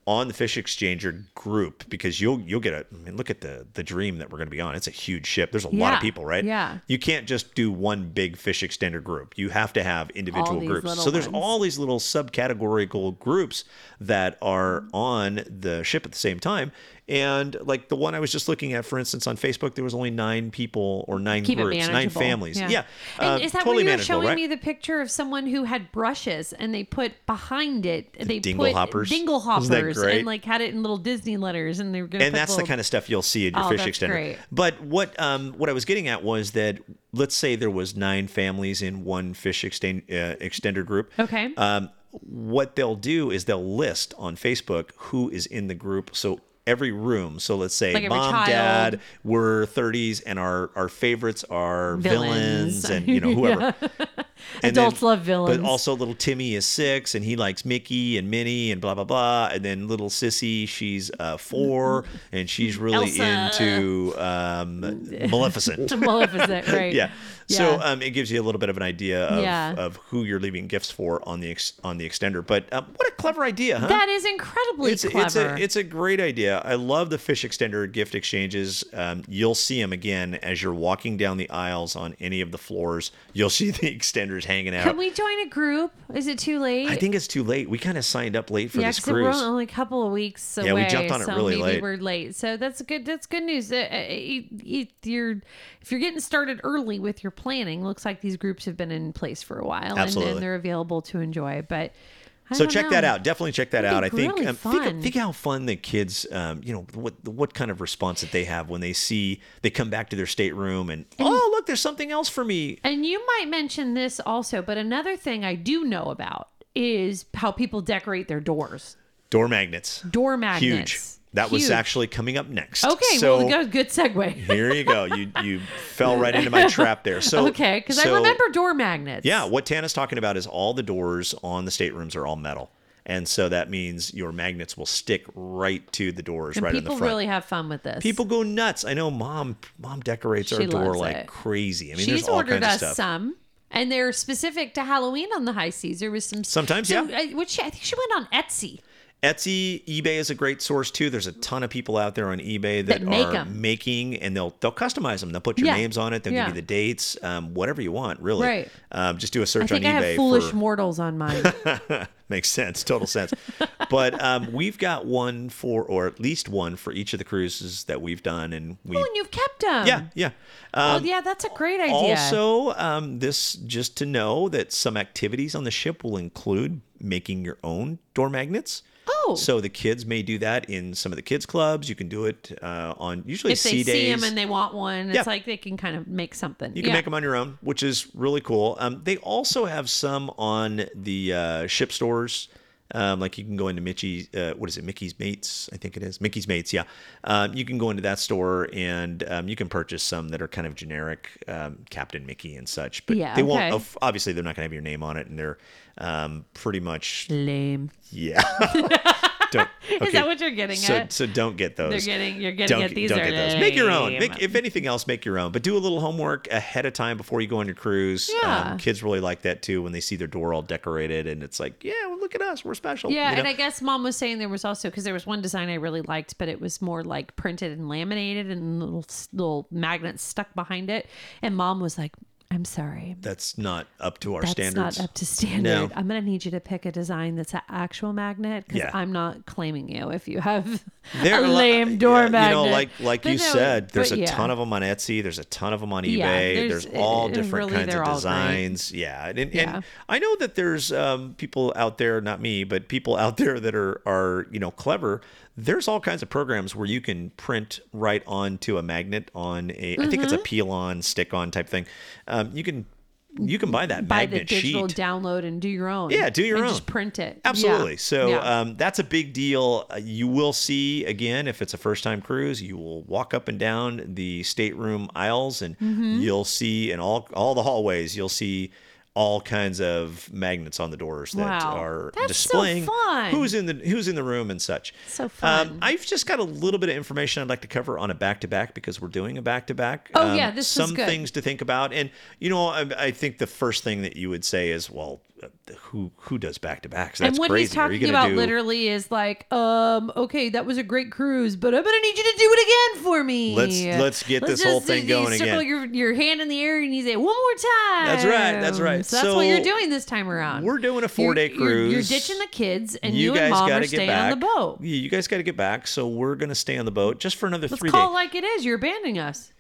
Speaker 2: on the fish exchanger group because you'll you'll get a I mean look at the the dream that we're going to be on it's a huge ship there's a lot
Speaker 3: Yeah,
Speaker 2: of people right
Speaker 3: yeah.
Speaker 2: you can't just do one big fish extender group you have to have individual
Speaker 3: these
Speaker 2: groups
Speaker 3: little
Speaker 2: so there's
Speaker 3: ones.
Speaker 2: all these little subcategorical groups that are
Speaker 3: Mm-hmm.
Speaker 2: on the ship at the same time and like the one I was just looking at for instance on Facebook there was only 9 people or 9
Speaker 3: Keep it
Speaker 2: groups
Speaker 3: manageable.
Speaker 2: 9 families yeah,
Speaker 3: and
Speaker 2: uh,
Speaker 3: is that
Speaker 2: totally
Speaker 3: when you were
Speaker 2: manageable,
Speaker 3: showing
Speaker 2: right?
Speaker 3: me the picture of someone who had brushes and they put behind it they
Speaker 2: dingle
Speaker 3: put
Speaker 2: hoppers?
Speaker 3: dingle
Speaker 2: Isn't that
Speaker 3: hoppers
Speaker 2: great?
Speaker 3: and like had it in little Disney letters and they were gonna
Speaker 2: and
Speaker 3: put
Speaker 2: that's the
Speaker 3: little-
Speaker 2: kind of stuff you'll see in your
Speaker 3: Oh,
Speaker 2: fish
Speaker 3: that's
Speaker 2: extender.
Speaker 3: great.
Speaker 2: But what um, what I was getting at was that let's say there was nine families in one fish extend, uh, extender group.
Speaker 3: Okay. *laughs*
Speaker 2: Um, what they'll do is they'll list on Facebook who is in the group. So every room. So let's say
Speaker 3: Like every
Speaker 2: mom,
Speaker 3: child.
Speaker 2: dad, we're 30s, and our our favorites are
Speaker 3: Villains.
Speaker 2: villains, and you
Speaker 3: *laughs*
Speaker 2: know whoever. And
Speaker 3: Adults love villains.
Speaker 2: But also, little Timmy is six, and he likes Mickey and Minnie and blah blah blah. And then little Sissy, she's uh, four, and she's really
Speaker 3: Elsa.
Speaker 2: into
Speaker 3: *laughs*
Speaker 2: um, Maleficent.
Speaker 3: Maleficent,
Speaker 2: *laughs*
Speaker 3: right?
Speaker 2: Yeah. So
Speaker 3: Yeah.
Speaker 2: um, it gives you a little bit of an idea of,
Speaker 3: Yeah.
Speaker 2: of who you're leaving gifts for on the ex- on the extender. But um, what a clever idea, huh?
Speaker 3: That is incredibly
Speaker 2: it's,
Speaker 3: clever.
Speaker 2: It's a, it's a great idea. I love the fish extender gift exchanges. Um, you'll see them again as you're walking down the aisles on any of the floors. You'll see the *laughs* extenders hanging out.
Speaker 3: Can we join a group? Is it too late?
Speaker 2: I think it's too late. We kind of signed up late for
Speaker 3: yeah,
Speaker 2: this
Speaker 3: 'cause we're
Speaker 2: cruise.
Speaker 3: only a couple of weeks away.
Speaker 2: Yeah, we jumped on it
Speaker 3: so
Speaker 2: really
Speaker 3: maybe
Speaker 2: late.
Speaker 3: We're late, so that's good. That's good news. Uh, uh, If you're if you're getting started early with your planning, looks like these groups have been in place for a while and
Speaker 2: Absolutely.
Speaker 3: then they're available to enjoy. But I
Speaker 2: so
Speaker 3: don't
Speaker 2: check that
Speaker 3: know.
Speaker 2: out. Definitely check that
Speaker 3: That'd
Speaker 2: out.
Speaker 3: be
Speaker 2: I think
Speaker 3: really
Speaker 2: um, think,
Speaker 3: fun.
Speaker 2: think how fun the kids, um, you know, what what kind of response that they have when they see they come back to their stateroom and, oh look, there's something else for me.
Speaker 3: And you might mention this also, but another thing I do know about is how people decorate their doors.
Speaker 2: Door magnets.
Speaker 3: Door
Speaker 2: Huge.
Speaker 3: magnets.
Speaker 2: That was
Speaker 3: Huge.
Speaker 2: actually coming up next.
Speaker 3: Okay,
Speaker 2: So
Speaker 3: well, good,
Speaker 2: *laughs*
Speaker 3: good segue.
Speaker 2: here you go. You you fell right into my trap there. So
Speaker 3: *laughs* okay, because I
Speaker 2: so-
Speaker 3: remember door magnets.
Speaker 2: Yeah, what Tana's talking about is all the doors on the staterooms are all metal. And so that means your magnets will stick right to the doors
Speaker 3: and
Speaker 2: right in the
Speaker 3: people
Speaker 2: front.
Speaker 3: really have fun with this.
Speaker 2: People go nuts. I know mom mom decorates our
Speaker 3: She
Speaker 2: door
Speaker 3: loves
Speaker 2: like
Speaker 3: it.
Speaker 2: crazy. I mean,
Speaker 3: She's
Speaker 2: there's all
Speaker 3: ordered
Speaker 2: kinds
Speaker 3: us
Speaker 2: of stuff.
Speaker 3: some, and they're specific to Halloween on the high seas. There was some
Speaker 2: Sometimes,
Speaker 3: some-
Speaker 2: yeah.
Speaker 3: I- Which she, I think she went on Etsy.
Speaker 2: Etsy, eBay is a great source too. There's a ton of people out there on eBay that,
Speaker 3: That make
Speaker 2: are
Speaker 3: 'em.
Speaker 2: making and they'll they'll customize them. They'll put your
Speaker 3: Yeah.
Speaker 2: names on it. They'll
Speaker 3: Yeah.
Speaker 2: give you the dates, um, whatever you want, really.
Speaker 3: Right.
Speaker 2: Um, just do a
Speaker 3: I
Speaker 2: search
Speaker 3: think I
Speaker 2: on
Speaker 3: have
Speaker 2: eBay.
Speaker 3: foolish
Speaker 2: for,
Speaker 3: mortals on mine.
Speaker 2: *laughs*
Speaker 3: Oh,
Speaker 2: Makes sense, total
Speaker 3: *laughs*
Speaker 2: sense. but um, we've got one for, or at least one for each of the cruises that we've done, and we,
Speaker 3: and you've kept them.
Speaker 2: yeah, yeah.
Speaker 3: Oh,
Speaker 2: Um,
Speaker 3: *laughs* yeah, that's a great idea.
Speaker 2: Also, um, this just to know that some activities on the ship will include making your own door magnets.
Speaker 3: oh,
Speaker 2: So the kids may do that in some of the kids clubs. You can do it uh, on usually
Speaker 3: if they
Speaker 2: C
Speaker 3: see
Speaker 2: days.
Speaker 3: them and they want one,
Speaker 2: Yeah.
Speaker 3: it's like they can kind of make something.
Speaker 2: You can
Speaker 3: yeah.
Speaker 2: make them on your own, which is really cool. Um, they also have some on the uh, ship stores. Um, like you can go into Mickey's, uh, what is it, Mickey's Mates? I think it is Mickey's Mates. Yeah, um, you can go into that store and um, you can purchase some that are kind of generic, um, Captain Mickey and such. But
Speaker 3: Yeah,
Speaker 2: they won't.
Speaker 3: okay.
Speaker 2: of- Obviously, they're not going to have your name on it, and they're um, pretty much
Speaker 3: Lame.
Speaker 2: yeah. *laughs* Don't-
Speaker 3: *laughs* Is
Speaker 2: okay.
Speaker 3: that what you're getting
Speaker 2: So,
Speaker 3: at?
Speaker 2: so don't get those.
Speaker 3: They're getting. You're getting
Speaker 2: Don't,
Speaker 3: at these
Speaker 2: don't
Speaker 3: are
Speaker 2: get those. Make your own.
Speaker 3: lame.
Speaker 2: Make, if anything else, make your own. But do a little homework ahead of time before you go on your cruise. Um,
Speaker 3: Yeah.
Speaker 2: kids really like that too when they see their door all decorated and it's like, yeah, well, look at us, we're special.
Speaker 3: Yeah,
Speaker 2: you
Speaker 3: and
Speaker 2: know?
Speaker 3: I guess mom was saying there was also because there was one design I really liked, but it was more like printed and laminated and little little magnets stuck behind it. And mom was like, "I'm sorry,
Speaker 2: that's not up to our
Speaker 3: that's
Speaker 2: standards.
Speaker 3: not up to standard.
Speaker 2: No.
Speaker 3: I'm gonna need you to pick a design that's an actual magnet because
Speaker 2: Yeah.
Speaker 3: I'm not claiming you if you have
Speaker 2: *laughs* There
Speaker 3: a
Speaker 2: are lot-
Speaker 3: lame door
Speaker 2: yeah,
Speaker 3: magnet.
Speaker 2: You know, like like
Speaker 3: But
Speaker 2: you
Speaker 3: no,
Speaker 2: said, there's
Speaker 3: but
Speaker 2: a
Speaker 3: yeah.
Speaker 2: ton of them on Etsy. There's a ton of them on eBay.
Speaker 3: Yeah,
Speaker 2: there's,
Speaker 3: there's-
Speaker 2: all
Speaker 3: it-
Speaker 2: different
Speaker 3: really,
Speaker 2: kinds
Speaker 3: they're
Speaker 2: of
Speaker 3: all great.
Speaker 2: designs. Yeah, and, and,
Speaker 3: Yeah.
Speaker 2: and I know that there's um, people out there, not me, but people out there that are are you know clever. There's all kinds of programs where you can print right onto a magnet on a, I think
Speaker 3: Mm-hmm.
Speaker 2: it's a peel on, stick on type thing. Um, you can you can buy that
Speaker 3: buy the
Speaker 2: magnet
Speaker 3: digital
Speaker 2: sheet.
Speaker 3: download and do your own.
Speaker 2: Yeah, do your
Speaker 3: and
Speaker 2: own.
Speaker 3: Just print it. Yeah.
Speaker 2: Absolutely. So
Speaker 3: Yeah.
Speaker 2: um, that's a big deal. Uh, You will see again if it's a first time cruise. You will walk up and down the stateroom aisles, and
Speaker 3: Mm-hmm.
Speaker 2: you'll see in all all the hallways. You'll see all kinds of magnets on the doors that
Speaker 3: Wow.
Speaker 2: are
Speaker 3: That's so
Speaker 2: displaying
Speaker 3: fun.
Speaker 2: who's in the who's in the room and such. Um,
Speaker 3: So fun.
Speaker 2: I've just got a little bit of information I'd like to cover on a back to back because we're doing a back to back.
Speaker 3: Oh, yeah, this is
Speaker 2: some
Speaker 3: good.
Speaker 2: things to think about. And you know, I, I think the first thing that you would say is, well, uh, who who does back to backs? That's
Speaker 3: and what
Speaker 2: crazy.
Speaker 3: he's
Speaker 2: Are you
Speaker 3: talking
Speaker 2: gonna
Speaker 3: about
Speaker 2: do-
Speaker 3: literally is like, um, okay, that was a great cruise, but I'm gonna need you to do it again for me.
Speaker 2: Let's- let's get this whole
Speaker 3: just-
Speaker 2: thing
Speaker 3: you
Speaker 2: going
Speaker 3: circle
Speaker 2: again.
Speaker 3: Your, your hand in the air and you say one more time.
Speaker 2: That's right, that's right.
Speaker 3: So, that's what
Speaker 2: So,
Speaker 3: you're doing this time around.
Speaker 2: we're doing a
Speaker 3: You're-
Speaker 2: four-day
Speaker 3: you're- You're,
Speaker 2: cruise.
Speaker 3: ditching the kids and you,
Speaker 2: You, guys
Speaker 3: and mom
Speaker 2: got
Speaker 3: are
Speaker 2: to get
Speaker 3: staying
Speaker 2: back.
Speaker 3: on the boat.
Speaker 2: Yeah, you guys got to get back. So we're gonna stay on the boat just for another
Speaker 3: Let's
Speaker 2: three
Speaker 3: call
Speaker 2: days.
Speaker 3: it like it is. You're abandoning us.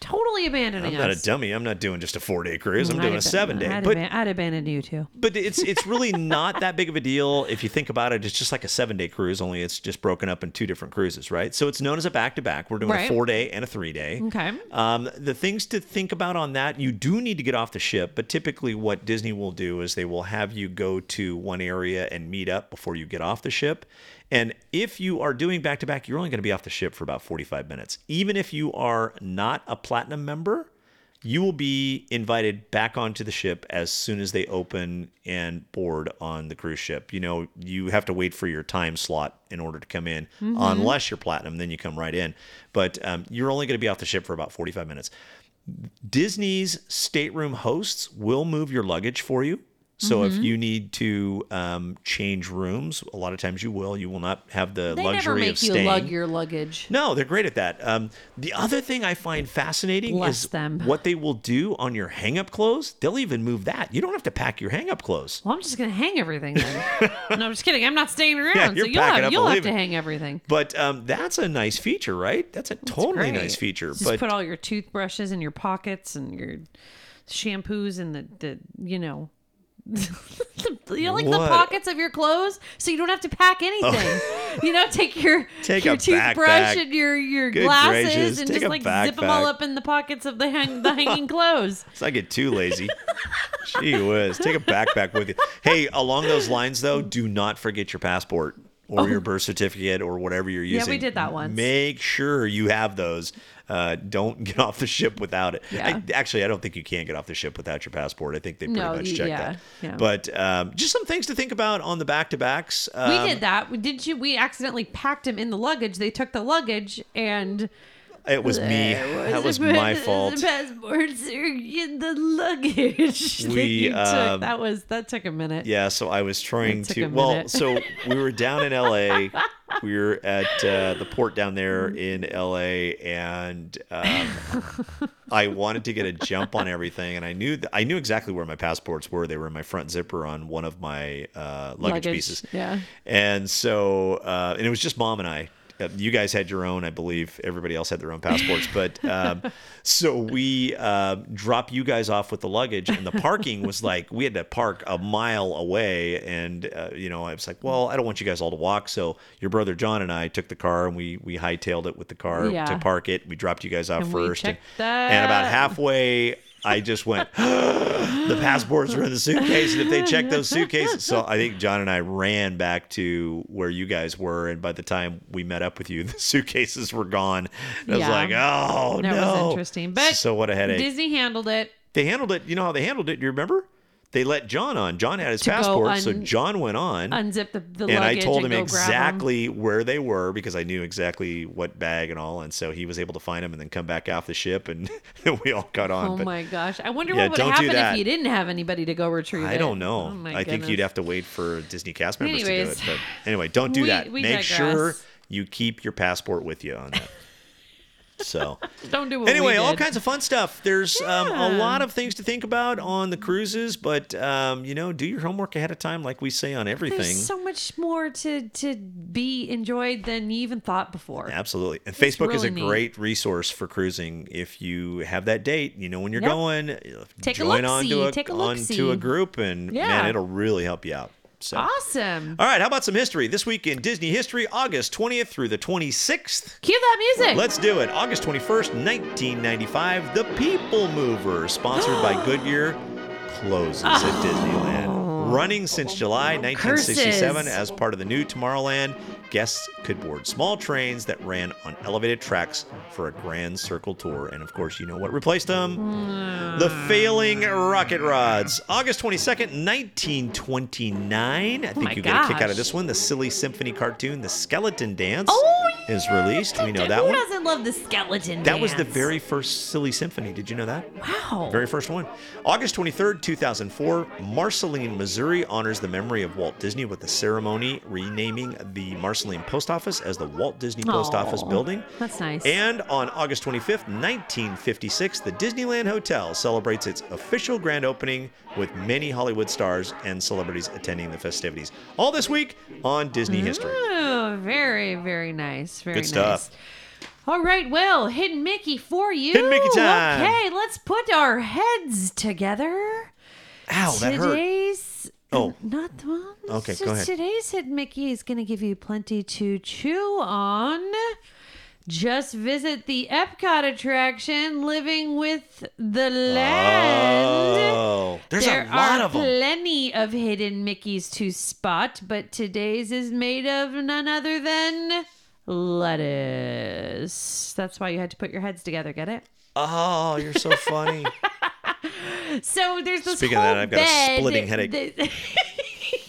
Speaker 3: Totally abandoning
Speaker 2: I'm
Speaker 3: us.
Speaker 2: not a dummy. I'm not doing just a four day cruise. I'm
Speaker 3: I'd
Speaker 2: doing a
Speaker 3: aban-
Speaker 2: seven day.
Speaker 3: I'd,
Speaker 2: But
Speaker 3: aban- I'd abandon you too.
Speaker 2: but it's it's
Speaker 3: *laughs*
Speaker 2: really not that big of a deal if you think about it. It's just like a seven day cruise, only it's just broken up in two different cruises, right? So it's known as a back to back. We're doing a
Speaker 3: Right.
Speaker 2: four day and a three day.
Speaker 3: Okay.
Speaker 2: Um, the things to think about on that, you do need to get off the ship, but typically what Disney will do is they will have you go to one area and meet up before you get off the ship. And if you are doing back to back, you're only going to be off the ship for about 45 minutes. Even if you are not a platinum member, you will be invited back onto the ship as soon as they open and board on the cruise ship. You know, you have to wait for your time slot in order to come in,
Speaker 3: Mm-hmm.
Speaker 2: unless you're platinum, then you come right in. But um, you're only going to be off the ship for about 45 minutes. Disney's stateroom hosts will move your luggage for you. So
Speaker 3: Mm-hmm.
Speaker 2: if you need to um, change rooms, a lot of times you will. You will not have the
Speaker 3: They
Speaker 2: luxury
Speaker 3: never
Speaker 2: of
Speaker 3: make you
Speaker 2: staying.
Speaker 3: lug your luggage.
Speaker 2: No, they're great at that. Um, the other thing I find fascinating
Speaker 3: Bless
Speaker 2: is
Speaker 3: them.
Speaker 2: what they will do on your hang up clothes. They'll even move that. You don't have to pack your hang up clothes.
Speaker 3: Well, I'm just gonna hang
Speaker 2: *laughs*
Speaker 3: everything. Then. no, I'm just kidding. I'm not staying around.
Speaker 2: you're
Speaker 3: so
Speaker 2: packing
Speaker 3: you'll
Speaker 2: up
Speaker 3: have
Speaker 2: and
Speaker 3: you'll have to
Speaker 2: leaving.
Speaker 3: hang everything.
Speaker 2: But um, that's a nice feature, right? That's a
Speaker 3: It's
Speaker 2: totally
Speaker 3: great.
Speaker 2: nice feature.
Speaker 3: Just
Speaker 2: but
Speaker 3: put all your toothbrushes in your pockets and your shampoos and the the you know. *laughs* the, you know, like the
Speaker 2: What? Oh.
Speaker 3: pockets of your clothes, so you don't have to pack anything. you know, take your
Speaker 2: *laughs* Take
Speaker 3: your
Speaker 2: a
Speaker 3: toothbrush
Speaker 2: backpack.
Speaker 3: and your your
Speaker 2: Good
Speaker 3: glasses,
Speaker 2: gracious,
Speaker 3: and
Speaker 2: take
Speaker 3: just
Speaker 2: a
Speaker 3: like zip them all
Speaker 2: backpack.
Speaker 3: up in the pockets of the hang,
Speaker 2: *laughs*
Speaker 3: the hanging clothes.
Speaker 2: So I get too lazy. Gee whiz. Take a backpack with you. Hey, along those lines, though, do not forget your passport or your birth certificate or whatever you're
Speaker 3: Oh. Yeah,
Speaker 2: using.
Speaker 3: we did that once.
Speaker 2: Make sure you have those. Uh, don't get off the ship without it.
Speaker 3: Yeah.
Speaker 2: I, actually, I don't think you can get off the ship without your passport. I think they pretty
Speaker 3: No,
Speaker 2: much
Speaker 3: y-
Speaker 2: checked
Speaker 3: yeah,
Speaker 2: that.
Speaker 3: yeah.
Speaker 2: But um, just some things to think about on the back to backs. Um,
Speaker 3: We did that. We- Did you? We accidentally packed him in the luggage. They took the luggage and
Speaker 2: It was me. That was
Speaker 3: *laughs*
Speaker 2: my fault.
Speaker 3: The passports are in the luggage. *laughs* that
Speaker 2: We,
Speaker 3: you took.
Speaker 2: um,
Speaker 3: that was that took a minute.
Speaker 2: Yeah, so I was trying
Speaker 3: It took
Speaker 2: to.
Speaker 3: a
Speaker 2: Well,
Speaker 3: minute.
Speaker 2: so we were down in
Speaker 3: *laughs*
Speaker 2: LA. we were at uh, the port down there in LA, and um, I wanted to get a jump on everything, and I knew th- I knew exactly where my passports were. They were in my front zipper on one of my uh, luggage, pieces.
Speaker 3: Yeah.
Speaker 2: And so, uh, and it was just mom and I. Uh, You guys had your own, I believe. Everybody else had their own passports, but
Speaker 3: *laughs*
Speaker 2: um, so we uh, drop you guys off with the luggage, and the parking was like we had to park a mile away, and uh, you know I was like, well, I don't want you guys all to walk, so your brother John and I took the car and we we hightailed it with the car
Speaker 3: Yeah.
Speaker 2: to park it. We dropped you guys off
Speaker 3: And we
Speaker 2: first, and,
Speaker 3: checked that.
Speaker 2: and about halfway. I just went. the passports were in the suitcase, and if they checked those suitcases, so I think John and I ran back to where you guys were, and by the time we met up with you, *laughs* the suitcases were gone. And
Speaker 3: Yeah.
Speaker 2: I was like, oh
Speaker 3: That
Speaker 2: no,
Speaker 3: was interesting, but
Speaker 2: so what a headache.
Speaker 3: Disney handled it.
Speaker 2: they handled it. You know how they handled it? Do you remember? They let John on. John had his
Speaker 3: To go
Speaker 2: passport, so
Speaker 3: un-
Speaker 2: John went on.
Speaker 3: Unzip the, the
Speaker 2: and I
Speaker 3: luggage
Speaker 2: told
Speaker 3: and
Speaker 2: him
Speaker 3: go grab 'em.
Speaker 2: exactly where they were because I knew exactly what bag and all, and so he was able to find them and then come back off the ship, and *laughs* we all got on.
Speaker 3: Oh
Speaker 2: but
Speaker 3: my gosh! I wonder
Speaker 2: Yeah,
Speaker 3: what would
Speaker 2: don't do
Speaker 3: happen
Speaker 2: that.
Speaker 3: if you didn't have anybody to go retrieve it.
Speaker 2: I don't know.
Speaker 3: Oh my
Speaker 2: I think you'd
Speaker 3: goodness.
Speaker 2: have to wait for Disney cast members
Speaker 3: Anyways.
Speaker 2: to do it. But anyway, don't do
Speaker 3: We-
Speaker 2: that.
Speaker 3: we
Speaker 2: Make sure
Speaker 3: digress.
Speaker 2: you keep your passport with you on
Speaker 3: *laughs*
Speaker 2: that. So
Speaker 3: Don't do what we
Speaker 2: anyway, all
Speaker 3: did.
Speaker 2: kinds of fun stuff. There's um, a
Speaker 3: Yeah.
Speaker 2: lot of things to think about on the cruises, but um, you know, do your homework ahead of time, like we say on everything.
Speaker 3: There's so much more to to be enjoyed than you even thought before.
Speaker 2: Absolutely. And Facebook is a
Speaker 3: really neat.
Speaker 2: great resource for cruising. If you have that date, you know when you're
Speaker 3: Yep.
Speaker 2: going,
Speaker 3: Take a
Speaker 2: join on
Speaker 3: look-see,
Speaker 2: to a,
Speaker 3: take a
Speaker 2: onto a
Speaker 3: look-see.
Speaker 2: group and man,
Speaker 3: Yeah.
Speaker 2: it'll really help you out. So
Speaker 3: Awesome!
Speaker 2: All right, how about some history? This week in Disney history, August 20th through the 26th.
Speaker 3: Cue that music.
Speaker 2: Let's do it. August 21st, 1995, The People Mover, sponsored by
Speaker 3: *gasps*
Speaker 2: Goodyear, closes at
Speaker 3: Oh.
Speaker 2: Disneyland. Running since July 1967
Speaker 3: Curses.
Speaker 2: as part of the new Tomorrowland, guests could board small trains that ran on elevated tracks for a grand circle tour. And of course, you know what replaced them?
Speaker 3: Hmm.
Speaker 2: The Failing Rocket Rods. August 22nd, 1929. I think
Speaker 3: Oh my
Speaker 2: you get a kick out
Speaker 3: gosh.
Speaker 2: of this one. The silly symphony cartoon, The Skeleton Dance,
Speaker 3: Oh,
Speaker 2: is released. We know that
Speaker 3: Who
Speaker 2: one.
Speaker 3: doesn't love the skeleton?
Speaker 2: That was the
Speaker 3: dance?
Speaker 2: very first silly symphony. Did you know that?
Speaker 3: wow.
Speaker 2: Very first one. August 23rd, 2004, Marceline, Missouri honors the memory of Walt Disney with a ceremony renaming the Marceline Post Office as the Walt Disney Post
Speaker 3: Aw,
Speaker 2: Office Building.
Speaker 3: Oh, That's nice.
Speaker 2: And on August 25th, 1956, the Disneyland Hotel celebrates its official grand opening with many Hollywood stars and celebrities attending the festivities. All this week on Disney History.
Speaker 3: Oh, very, very nice. Very
Speaker 2: Good stuff.
Speaker 3: nice. All right, well, hidden Mickey for you.
Speaker 2: Hidden Mickey time.
Speaker 3: Okay, let's put our heads together.
Speaker 2: Ow, Oh, that hurt.
Speaker 3: today's uh,
Speaker 2: Oh.
Speaker 3: not the one. it's
Speaker 2: Okay, go
Speaker 3: just
Speaker 2: ahead.
Speaker 3: Today's hidden Mickey is going to give you plenty to chew on. Just visit the Epcot attraction, Living with the Land.
Speaker 2: Oh, there's
Speaker 3: There
Speaker 2: a lot
Speaker 3: are
Speaker 2: of them.
Speaker 3: plenty of hidden Mickeys to spot, but today's is made of none other than lettuce. That's why you had to put your heads together. Get it?
Speaker 2: Oh, you're so
Speaker 3: *laughs*
Speaker 2: funny.
Speaker 3: So there's this
Speaker 2: Speaking of
Speaker 3: whole
Speaker 2: that, I've got a
Speaker 3: bed
Speaker 2: splitting headache.
Speaker 3: that-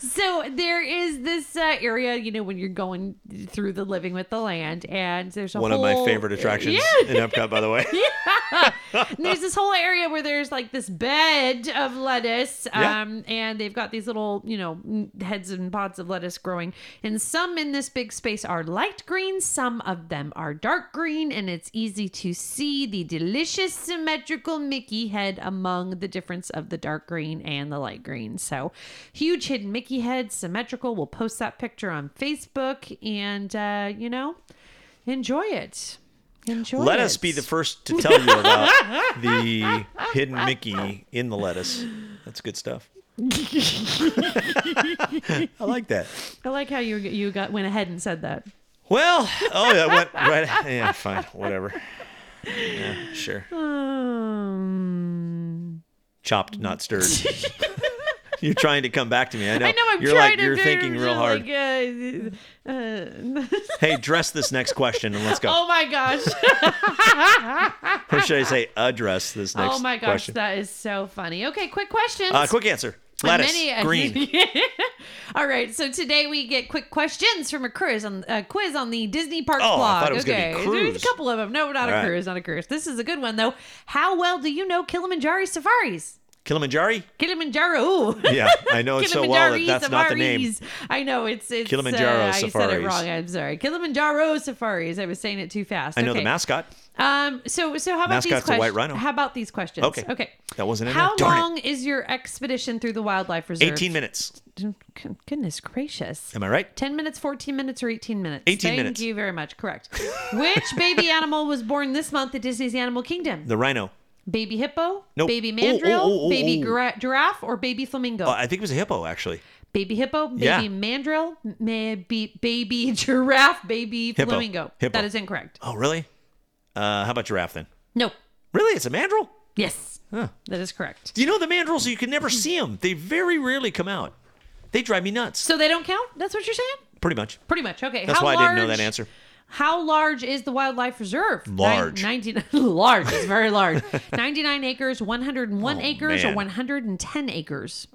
Speaker 3: *laughs* so there is this uh, area, you know, when you're going through the living with the land, and there's a
Speaker 2: One
Speaker 3: whole,
Speaker 2: of my favorite attractions
Speaker 3: Yeah,
Speaker 2: in Epcot, by the
Speaker 3: *laughs*
Speaker 2: way.
Speaker 3: And *laughs* there's this whole area where there's like this bed of lettuce
Speaker 2: Yeah.
Speaker 3: um, and they've got these little you know n- heads and pods of lettuce growing and some in this big space are light green some of them are dark green and it's easy to see the delicious symmetrical mickey head among the difference of the dark green and the light green so huge hidden mickey head symmetrical we'll post that picture on facebook and uh, you know enjoy it Enjoy
Speaker 2: Let
Speaker 3: it.
Speaker 2: us be the first to tell you about the hidden Mickey in the lettuce. That's good stuff. *laughs* I like that.
Speaker 3: I like how you you got went ahead and said that.
Speaker 2: Well, oh, that went right. Yeah, fine, whatever. Yeah, sure.
Speaker 3: Um,
Speaker 2: Chopped, not
Speaker 3: *laughs*
Speaker 2: stirred. you're trying to come back to me. I know.
Speaker 3: I know I'm
Speaker 2: you're
Speaker 3: trying
Speaker 2: like
Speaker 3: to
Speaker 2: you're
Speaker 3: do-
Speaker 2: thinking real
Speaker 3: just
Speaker 2: hard.
Speaker 3: Like, uh, uh,
Speaker 2: Hey, dress this next question and let's go.
Speaker 3: oh my gosh! *laughs*
Speaker 2: Or should I say address this next
Speaker 3: oh my gosh!
Speaker 2: question?
Speaker 3: That is so funny. Okay, quick questions.
Speaker 2: Uh, quick answer. Lettuce.
Speaker 3: Many- *laughs*
Speaker 2: green.
Speaker 3: All right, so today we get quick questions from a quiz on a quiz on the Disney Parks
Speaker 2: Oh, I
Speaker 3: blog.
Speaker 2: thought it was gonna be
Speaker 3: okay,
Speaker 2: cruise.
Speaker 3: there's a couple of them. No, not
Speaker 2: All
Speaker 3: a
Speaker 2: right.
Speaker 3: cruise, not a cruise. This is a good one though. How well do you know Kilimanjaro safaris?
Speaker 2: Kilimanjaro?
Speaker 3: Kilimanjaro.
Speaker 2: Yeah, I know it Oh, so well that
Speaker 3: Kilimanjaro
Speaker 2: that's not the name.
Speaker 3: safaris. I know it's it's
Speaker 2: Kilimanjaro
Speaker 3: uh, I said it
Speaker 2: safaris.
Speaker 3: wrong. I'm sorry. Kilimanjaro safaris. I was saying it too fast.
Speaker 2: I know
Speaker 3: Okay.
Speaker 2: the mascot.
Speaker 3: Um. So so how about
Speaker 2: Mascot's
Speaker 3: these
Speaker 2: a
Speaker 3: questions?
Speaker 2: white rhino.
Speaker 3: How about these questions?
Speaker 2: Okay.
Speaker 3: Okay.
Speaker 2: That wasn't in
Speaker 3: How
Speaker 2: there. Darn it.
Speaker 3: long is your expedition through the wildlife reserve?
Speaker 2: 18 minutes.
Speaker 3: Good- Goodness gracious.
Speaker 2: Am I right?
Speaker 3: 10 minutes, 14 minutes, or 18 minutes?
Speaker 2: 18
Speaker 3: Thank
Speaker 2: minutes.
Speaker 3: you very
Speaker 2: *laughs*
Speaker 3: much. Correct. Which baby animal was born this month at Disney's Animal Kingdom?
Speaker 2: The rhino.
Speaker 3: Baby hippo,
Speaker 2: Nope.
Speaker 3: baby
Speaker 2: Oh,
Speaker 3: mandrill,
Speaker 2: oh, oh, oh,
Speaker 3: baby
Speaker 2: oh.
Speaker 3: gra- giraffe, or baby flamingo?
Speaker 2: Oh, I think it was a hippo, actually.
Speaker 3: baby hippo, baby
Speaker 2: Yeah.
Speaker 3: mandrill, maybe baby *laughs* giraffe, baby
Speaker 2: Hippo.
Speaker 3: flamingo.
Speaker 2: Hippo.
Speaker 3: That is incorrect.
Speaker 2: Oh, really? Uh, how about giraffe then?
Speaker 3: No.
Speaker 2: Really? It's a mandrill?
Speaker 3: Yes. That is correct.
Speaker 2: Do you know the mandrills? You can never see them. They very rarely come out. They drive me nuts.
Speaker 3: So they don't count? That's what you're saying?
Speaker 2: Pretty much.
Speaker 3: Pretty much. Okay.
Speaker 2: That's
Speaker 3: How
Speaker 2: why I didn't know
Speaker 3: large-
Speaker 2: that answer.
Speaker 3: How large is the wildlife reserve? Nin-
Speaker 2: Large.
Speaker 3: 99 *laughs* large. It's
Speaker 2: *laughs*
Speaker 3: very large. 99 acres, 101 acres,
Speaker 2: Oh, man.
Speaker 3: or 110 acres.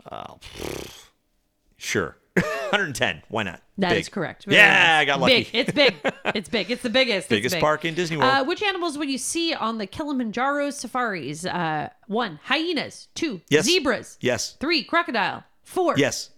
Speaker 2: Sure. *laughs* 110. Why not?
Speaker 3: That is
Speaker 2: Big.
Speaker 3: correct. Very
Speaker 2: Yeah,
Speaker 3: nice.
Speaker 2: I got lucky.
Speaker 3: Big. It's big.
Speaker 2: *laughs*
Speaker 3: It's big. It's the biggest. It's
Speaker 2: Biggest
Speaker 3: big.
Speaker 2: park in Disney World.
Speaker 3: Uh, which animals would you see on the Kilimanjaro safaris? Uh, one, hyenas. Two,
Speaker 2: Yes.
Speaker 3: zebras.
Speaker 2: yes.
Speaker 3: Three, crocodile. Four,
Speaker 2: Yes.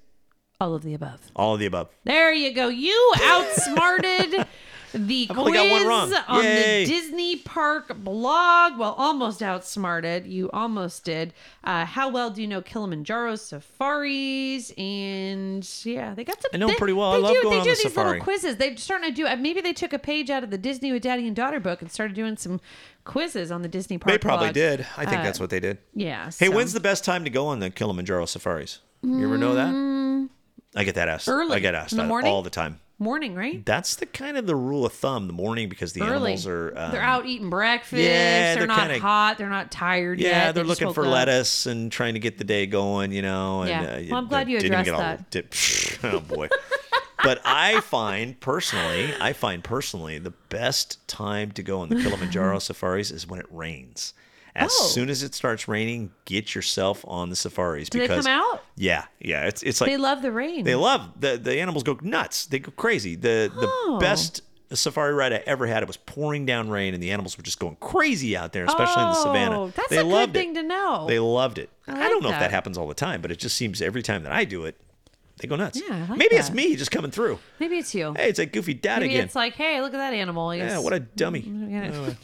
Speaker 3: all of the above.
Speaker 2: All of the above.
Speaker 3: There you go. You
Speaker 2: *laughs*
Speaker 3: outsmarted the quiz
Speaker 2: only got one wrong.
Speaker 3: on
Speaker 2: Yay.
Speaker 3: the Disney Park blog. Well, almost outsmarted. You almost did. Uh, how well do you know Kilimanjaro safaris? And yeah, they got some.
Speaker 2: I know 'em
Speaker 3: they-
Speaker 2: pretty well. I
Speaker 3: they
Speaker 2: love
Speaker 3: do,
Speaker 2: going
Speaker 3: They
Speaker 2: on
Speaker 3: do
Speaker 2: the
Speaker 3: these
Speaker 2: safari.
Speaker 3: little quizzes. They're starting to do. uh, Maybe they took a page out of the Disney with Daddy and Daughter book and started doing some quizzes on the Disney Park.
Speaker 2: They probably
Speaker 3: blog.
Speaker 2: did. I think
Speaker 3: Uh,
Speaker 2: that's what they did.
Speaker 3: Yeah.
Speaker 2: Hey,
Speaker 3: so-
Speaker 2: when's the best time to go on the Kilimanjaro safaris? You ever know that? I get that asked.
Speaker 3: Mm. Early.
Speaker 2: I get asked
Speaker 3: In the
Speaker 2: that
Speaker 3: morning?
Speaker 2: all the time.
Speaker 3: morning? Right.
Speaker 2: That's the kind of the rule of thumb. The morning because the
Speaker 3: Early.
Speaker 2: animals are um,
Speaker 3: they're out eating breakfast.
Speaker 2: yeah,
Speaker 3: they're,
Speaker 2: they're
Speaker 3: not
Speaker 2: kinda-
Speaker 3: hot. They're not tired yet.
Speaker 2: Yeah,
Speaker 3: They
Speaker 2: they're
Speaker 3: just
Speaker 2: looking
Speaker 3: woke
Speaker 2: for
Speaker 3: up.
Speaker 2: lettuce and trying to get the day going. You know. And,
Speaker 3: Yeah. Well, I'm
Speaker 2: they
Speaker 3: glad you
Speaker 2: didn't even
Speaker 3: addressed
Speaker 2: get all dip-
Speaker 3: that.
Speaker 2: *laughs* oh boy. but I find personally, I find personally the best time to go on the Kilimanjaro
Speaker 3: *laughs*
Speaker 2: safaris is when it rains. As
Speaker 3: Oh.
Speaker 2: soon as it starts raining, get yourself on the safaris
Speaker 3: Do they
Speaker 2: because
Speaker 3: come out?
Speaker 2: yeah, yeah, it's it's like
Speaker 3: They love the rain.
Speaker 2: They love the the animals go nuts. They go crazy. The
Speaker 3: Oh.
Speaker 2: the best safari ride I ever had. It was pouring down rain, and the animals were just going crazy out there, especially in the savannah.
Speaker 3: Oh, that's
Speaker 2: they
Speaker 3: a good
Speaker 2: loved it.
Speaker 3: thing to know.
Speaker 2: They loved it. I,
Speaker 3: like
Speaker 2: don't know if that
Speaker 3: that.
Speaker 2: happens all the time, but it just seems every time that I do it, they go nuts.
Speaker 3: Yeah, I like
Speaker 2: Maybe it's
Speaker 3: that.
Speaker 2: me just coming through.
Speaker 3: Maybe it's you.
Speaker 2: Hey, it's that goofy dad
Speaker 3: Maybe
Speaker 2: again.
Speaker 3: it's like, Mm, hey, look at that animal.
Speaker 2: yeah, what a Oh, dummy.
Speaker 3: *laughs* well,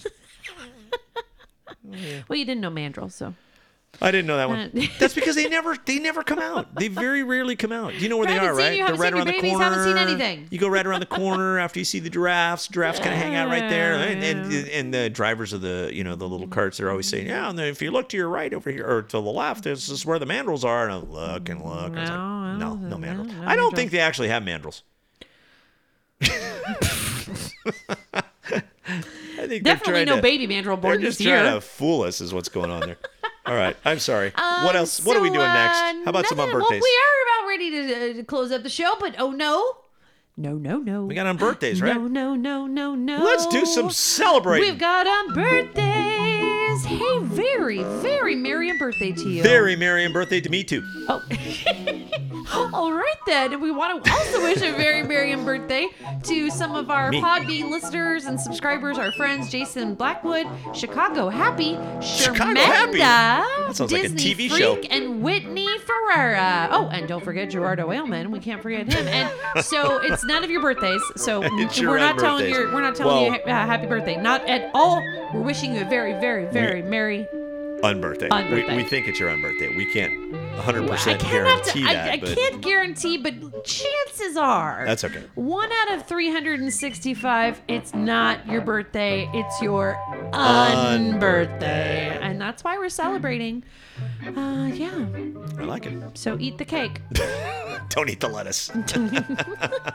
Speaker 2: Oh,
Speaker 3: you didn't know mandrill, so
Speaker 2: I didn't know that one.
Speaker 3: Uh, *laughs*
Speaker 2: That's because they never they never come out. They very rarely come out. You know where
Speaker 3: I
Speaker 2: they
Speaker 3: haven't
Speaker 2: are,
Speaker 3: seen you,
Speaker 2: right? They're
Speaker 3: haven't
Speaker 2: right around
Speaker 3: seen your
Speaker 2: the
Speaker 3: babies,
Speaker 2: corner.
Speaker 3: haven't seen anything.
Speaker 2: You go right around the corner after you see the giraffes. Giraffes kind of hang out right there, and, and and the drivers of the you know the little carts are always saying, yeah. And then if you look to your right over here or to the left, this is where the mandrels are. And I look and look. and I was
Speaker 3: No, I
Speaker 2: like, no,
Speaker 3: don't-
Speaker 2: no
Speaker 3: no,
Speaker 2: mandrels.
Speaker 3: no
Speaker 2: I don't
Speaker 3: mandrels.
Speaker 2: think they actually have
Speaker 3: *laughs*
Speaker 2: mandrels. *laughs* I think they're
Speaker 3: definitely
Speaker 2: trying
Speaker 3: no
Speaker 2: to-
Speaker 3: baby mandrill
Speaker 2: they're
Speaker 3: born
Speaker 2: just
Speaker 3: this
Speaker 2: trying
Speaker 3: year.
Speaker 2: to fool us, is what's going on
Speaker 3: *laughs*
Speaker 2: there. All right, I'm sorry. what
Speaker 3: Um,
Speaker 2: else? what are we
Speaker 3: so,
Speaker 2: doing next?
Speaker 3: uh,
Speaker 2: How about some on
Speaker 3: nothing.
Speaker 2: birthdays?
Speaker 3: Well, we are about ready to, uh, to close up the show, but oh no, no, no, no.
Speaker 2: we got on birthdays, right?
Speaker 3: No, no, no, no, no.
Speaker 2: Let's do some celebrating.
Speaker 3: We've got on birthdays. Hey, very, very merry birthday to you.
Speaker 2: Very merry and birthday to me too.
Speaker 3: Oh. *laughs* All right then. And we want to also wish a very merry birthday to some of our
Speaker 2: Me.
Speaker 3: Podbean listeners and subscribers, our friends Jason Blackwood, Chicago Happy,
Speaker 2: Chicago
Speaker 3: Shermanda,
Speaker 2: Happy? That sounds like a
Speaker 3: Disney
Speaker 2: TV
Speaker 3: Freak,
Speaker 2: show.
Speaker 3: and Whitney Ferrara. Oh, and don't forget Gerardo Ailman. We can't forget him. And
Speaker 2: *laughs*
Speaker 3: so it's none of your birthdays. So
Speaker 2: It's your
Speaker 3: we're not
Speaker 2: own
Speaker 3: telling
Speaker 2: birthdays.
Speaker 3: you. We're not telling
Speaker 2: Well-
Speaker 3: you uh, happy birthday. Not at all. We're wishing you a very, very, very merry.
Speaker 2: Unbirthday.
Speaker 3: On
Speaker 2: We,
Speaker 3: birthday.
Speaker 2: we think it's your unbirthday. We can't. 100 percent
Speaker 3: I cannot
Speaker 2: guarantee
Speaker 3: I,
Speaker 2: that.
Speaker 3: I
Speaker 2: but
Speaker 3: can't guarantee, but chances are
Speaker 2: That's okay.
Speaker 3: One out of 365, it's not your birthday, it's your
Speaker 2: Unbirthday.
Speaker 3: unbirthday. And that's why we're celebrating. Uh, yeah.
Speaker 2: I like it. *laughs*
Speaker 3: So eat the cake.
Speaker 2: Don't eat the
Speaker 3: *laughs*
Speaker 2: lettuce. *laughs*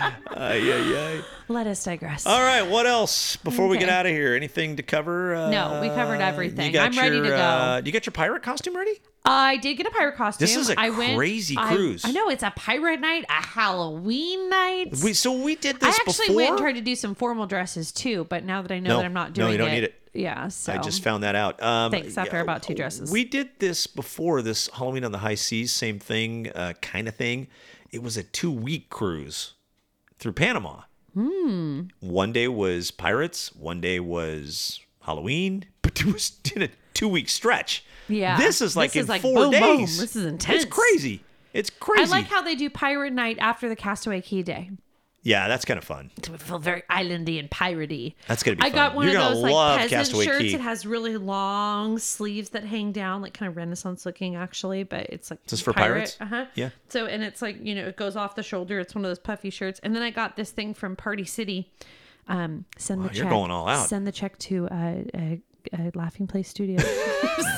Speaker 2: Ay, ay, ay.
Speaker 3: Let us digress.
Speaker 2: All right, what else before we get
Speaker 3: Okay.
Speaker 2: out of here? Anything to cover? Uh,
Speaker 3: No, we covered everything.
Speaker 2: You got
Speaker 3: I'm ready
Speaker 2: your,
Speaker 3: to go.
Speaker 2: Uh, you got your pirate costume ready?
Speaker 3: I did get a pirate costume.
Speaker 2: This is a
Speaker 3: I went-
Speaker 2: crazy
Speaker 3: I-
Speaker 2: cruise.
Speaker 3: I, know it's a pirate night, a Halloween night.
Speaker 2: We, so we did
Speaker 3: I
Speaker 2: this
Speaker 3: actually
Speaker 2: before.
Speaker 3: went and tried to do some formal dresses too, but now that I know
Speaker 2: No,
Speaker 3: that I'm not
Speaker 2: no,
Speaker 3: doing
Speaker 2: you
Speaker 3: it,
Speaker 2: don't need
Speaker 3: Yeah, so
Speaker 2: I just found that out. Um,
Speaker 3: Thanks, after about two dresses.
Speaker 2: We did this before this Halloween on the high seas, same thing, uh, kind of thing. It was a two week cruise through Panama.
Speaker 3: Hmm.
Speaker 2: One day was pirates, one day was Halloween, but it was *laughs* in a two week stretch.
Speaker 3: Yeah.
Speaker 2: This is like
Speaker 3: This
Speaker 2: in
Speaker 3: is like
Speaker 2: four
Speaker 3: boom, boom.
Speaker 2: days.
Speaker 3: This is intense.
Speaker 2: It's crazy. It's crazy.
Speaker 3: I like how they do pirate night after the Castaway Key Day.
Speaker 2: yeah, that's kind of fun.
Speaker 3: It would feel very islandy and piratey.
Speaker 2: That's gonna be
Speaker 3: I got
Speaker 2: fun.
Speaker 3: one
Speaker 2: You're
Speaker 3: of
Speaker 2: gonna
Speaker 3: those
Speaker 2: love
Speaker 3: like peasant
Speaker 2: Castaway
Speaker 3: shirts.
Speaker 2: Key.
Speaker 3: It has really long sleeves that hang down, like kind of Renaissance looking actually, but it's like
Speaker 2: This is for pirates?
Speaker 3: Uh huh.
Speaker 2: Yeah.
Speaker 3: So and it's like you know it goes off the shoulder. It's one of those puffy shirts. And then I got this thing from Party City. Um, send the
Speaker 2: you're
Speaker 3: check.
Speaker 2: going all out.
Speaker 3: Send the check to uh, uh, uh, Laughing
Speaker 2: *laughs*
Speaker 3: Place *laughs* Studio.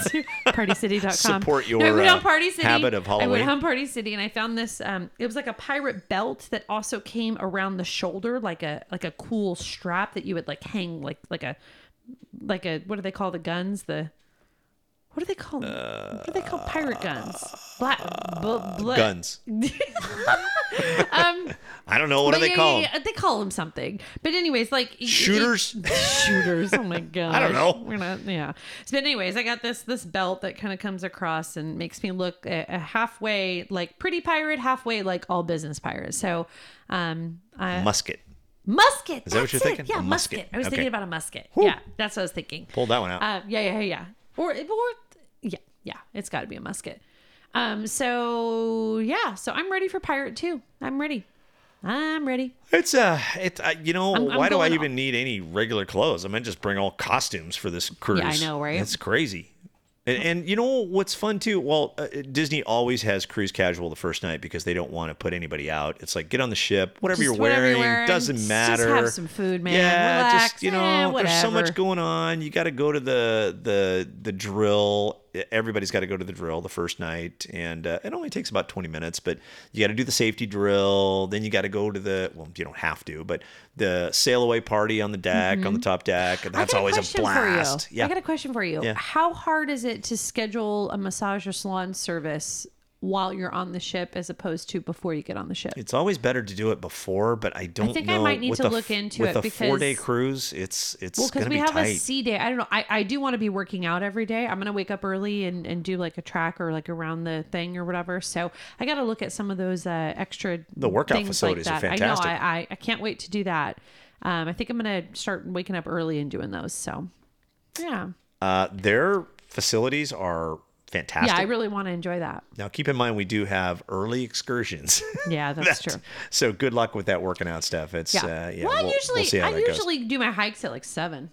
Speaker 3: PartyCity.com.
Speaker 2: Support
Speaker 3: no, I
Speaker 2: your,
Speaker 3: went
Speaker 2: uh,
Speaker 3: on Party City.
Speaker 2: habit of
Speaker 3: I went
Speaker 2: Halloween.
Speaker 3: on Party City and I found this um it was like a pirate belt that also came around the shoulder like a like a cool strap that you would like hang like like a like a what do they call the guns the what do they call them? what do they call pirate guns? Black bl- bl-
Speaker 2: Guns.
Speaker 3: *laughs* Um,
Speaker 2: *laughs* I don't know. What do
Speaker 3: but
Speaker 2: they
Speaker 3: yeah,
Speaker 2: call
Speaker 3: yeah,
Speaker 2: them?
Speaker 3: yeah, They call them something. But anyways, like it- it- *laughs*
Speaker 2: Shooters?
Speaker 3: shooters. Oh my god.
Speaker 2: don't know.
Speaker 3: We're not. Yeah. So, but anyways, I got this this belt that kind of comes across and makes me look a, a halfway like pretty pirate, halfway like all business pirates. So, um,
Speaker 2: *laughs*
Speaker 3: I,
Speaker 2: Musket.
Speaker 3: musket.
Speaker 2: Is that what
Speaker 3: that's
Speaker 2: you're
Speaker 3: it.
Speaker 2: thinking?
Speaker 3: Yeah,
Speaker 2: A musket.
Speaker 3: musket. I was
Speaker 2: Okay.
Speaker 3: thinking about a musket. Yeah, that's what I was thinking.
Speaker 2: Pull that one out.
Speaker 3: Uh, yeah, yeah, yeah. Or, or yeah, yeah. It's got to be a musket. Um. So yeah. So I'm ready for pirate too. I'm ready. I'm ready.
Speaker 2: It's uh, it's uh, you know,
Speaker 3: I'm- I'm
Speaker 2: why do I
Speaker 3: going
Speaker 2: even need any regular clothes? I meant just bring all costumes for this cruise.
Speaker 3: know, right?
Speaker 2: That's crazy. And, and you know what's fun too? Well, uh, Disney always has cruise casual the first night because they don't want to put anybody out. It's like get on the ship, whatever,
Speaker 3: Just
Speaker 2: you're,
Speaker 3: whatever
Speaker 2: wearing,
Speaker 3: you're wearing,
Speaker 2: doesn't
Speaker 3: just
Speaker 2: matter.
Speaker 3: have some food, man.
Speaker 2: Yeah, just
Speaker 3: Relax.
Speaker 2: you know,
Speaker 3: Eh,
Speaker 2: there's so much
Speaker 3: whatever.
Speaker 2: going on. You got to go to the the the drill. E, Everybody's got to go to the drill the first night, and uh, it only takes about 20 minutes. But you got to do the safety drill. Then you got to go to the well, you don't have to, but the sail away party on the deck, on the top deck. and
Speaker 3: Mm-hmm. I
Speaker 2: That's
Speaker 3: got
Speaker 2: always a
Speaker 3: question
Speaker 2: blast.
Speaker 3: For you. I got a question for you.
Speaker 2: Yeah.
Speaker 3: How hard is it to schedule a massage or salon service while you're on the ship as opposed to before you get on the ship?
Speaker 2: It's always better to do it before, but I don't
Speaker 3: think I
Speaker 2: know.
Speaker 3: might need
Speaker 2: with
Speaker 3: to
Speaker 2: a f-
Speaker 3: look into
Speaker 2: with
Speaker 3: it
Speaker 2: a four-day
Speaker 3: because-
Speaker 2: cruise. It's it's
Speaker 3: Well,
Speaker 2: gonna
Speaker 3: because we
Speaker 2: be
Speaker 3: have
Speaker 2: tight.
Speaker 3: a C day. I don't know. I, I do want to be working out every day. I'm gonna wake up early and, and do like a track or like around the thing or whatever. So I got to look at some of those uh, extra
Speaker 2: The workout
Speaker 3: things like
Speaker 2: facilities are
Speaker 3: that.
Speaker 2: fantastic.
Speaker 3: I know. I, I I can't wait to do that. Um, I think I'm gonna start waking up early and doing those. So yeah,
Speaker 2: Uh, their facilities are fantastic.
Speaker 3: yeah, I really want to enjoy that.
Speaker 2: Now, keep in mind, we do have early excursions. *laughs*
Speaker 3: Yeah, that's true.
Speaker 2: So good luck with that working out stuff. It's yeah.
Speaker 3: Yeah.
Speaker 2: Uh, yeah
Speaker 3: well, I
Speaker 2: we'll-
Speaker 3: usually
Speaker 2: we'll see how
Speaker 3: I
Speaker 2: that goes.
Speaker 3: usually do my hikes at like seven.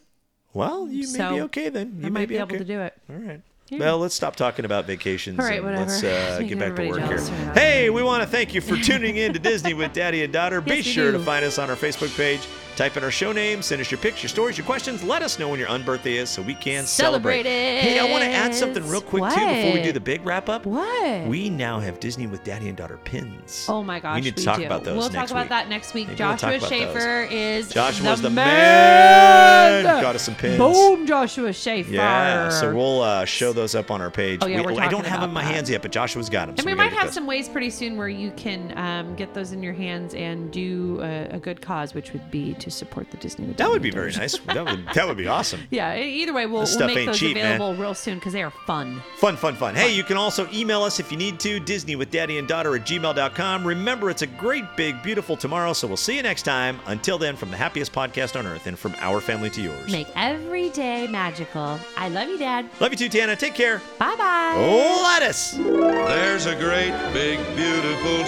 Speaker 2: Well, you may be
Speaker 3: So,
Speaker 2: okay then. You
Speaker 3: I
Speaker 2: may
Speaker 3: might be able
Speaker 2: okay.
Speaker 3: to do it.
Speaker 2: All right. Well, let's stop talking about vacations.
Speaker 3: All right,
Speaker 2: and
Speaker 3: whatever.
Speaker 2: Let's
Speaker 3: It's
Speaker 2: uh,
Speaker 3: making
Speaker 2: get back to
Speaker 3: everybody
Speaker 2: work
Speaker 3: jealous
Speaker 2: here.
Speaker 3: right now.
Speaker 2: Hey, we want to thank you for tuning in to Disney with Daddy and Daughter. be
Speaker 3: *laughs* Yes, we
Speaker 2: sure to
Speaker 3: do.
Speaker 2: find us on our Facebook page. Type in our show name, send us your pics, your stories, your questions. Let us know when your unbirthday is so we can celebrate.
Speaker 3: Celebrate
Speaker 2: Hey, I want to add something real quick too before we do
Speaker 3: What?
Speaker 2: the big wrap up.
Speaker 3: What?
Speaker 2: We now have Disney with Daddy and Daughter pins.
Speaker 3: Oh my gosh,
Speaker 2: We
Speaker 3: we,
Speaker 2: need to talk
Speaker 3: do.
Speaker 2: about those.
Speaker 3: We'll
Speaker 2: next
Speaker 3: talk about
Speaker 2: week.
Speaker 3: that next week.
Speaker 2: Maybe we'll talk
Speaker 3: Joshua
Speaker 2: about those.
Speaker 3: Schaefer is
Speaker 2: Joshua's the man.
Speaker 3: man.
Speaker 2: Got us some pins.
Speaker 3: Boom, Joshua Schaefer.
Speaker 2: Yeah, so we'll uh, show those up on our page.
Speaker 3: Oh, yeah,
Speaker 2: We-
Speaker 3: we're
Speaker 2: I
Speaker 3: talking
Speaker 2: don't have them in my
Speaker 3: about that.
Speaker 2: hands yet, but Joshua's got them.
Speaker 3: and we, might have some ways pretty soon where you can um, get those in your hands and do a, a good cause, which would be to support the Disney. with
Speaker 2: That would
Speaker 3: Disney
Speaker 2: be very
Speaker 3: donors.
Speaker 2: nice. That
Speaker 3: *laughs*
Speaker 2: would that would be awesome.
Speaker 3: Yeah. e- Either way, we'll,
Speaker 2: This
Speaker 3: we'll
Speaker 2: stuff
Speaker 3: make
Speaker 2: ain't
Speaker 3: those
Speaker 2: cheap, man.
Speaker 3: available real soon because they are fun.
Speaker 2: Fun, fun, fun. Hey, you can also email us if you need to, Disney with Daddy and Daughter at gmail.com. Remember, it's a great, big, beautiful tomorrow, so we'll see you next time. Until then, from the happiest podcast on earth and from our family to yours.
Speaker 3: Make every day magical. I love you, Dad.
Speaker 2: Love you too, Tana. Take care.
Speaker 3: Bye bye.
Speaker 2: Lettuce.
Speaker 4: There's a great big beautiful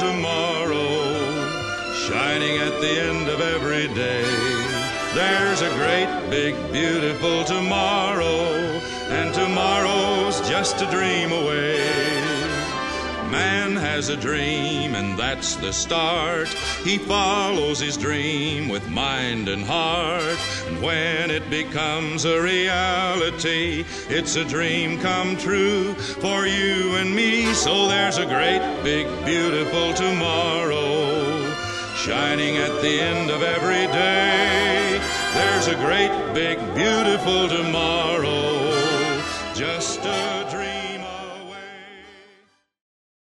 Speaker 4: tomorrow shining at the end of every day. There's a great big beautiful tomorrow, and tomorrow's just a dream away. has a dream, and that's the start. He follows his dream with mind and heart. And when it becomes a reality, it's a dream come true for you and me. So there's a great, big, beautiful tomorrow shining at the end of every day. There's a great, big, beautiful tomorrow. Just a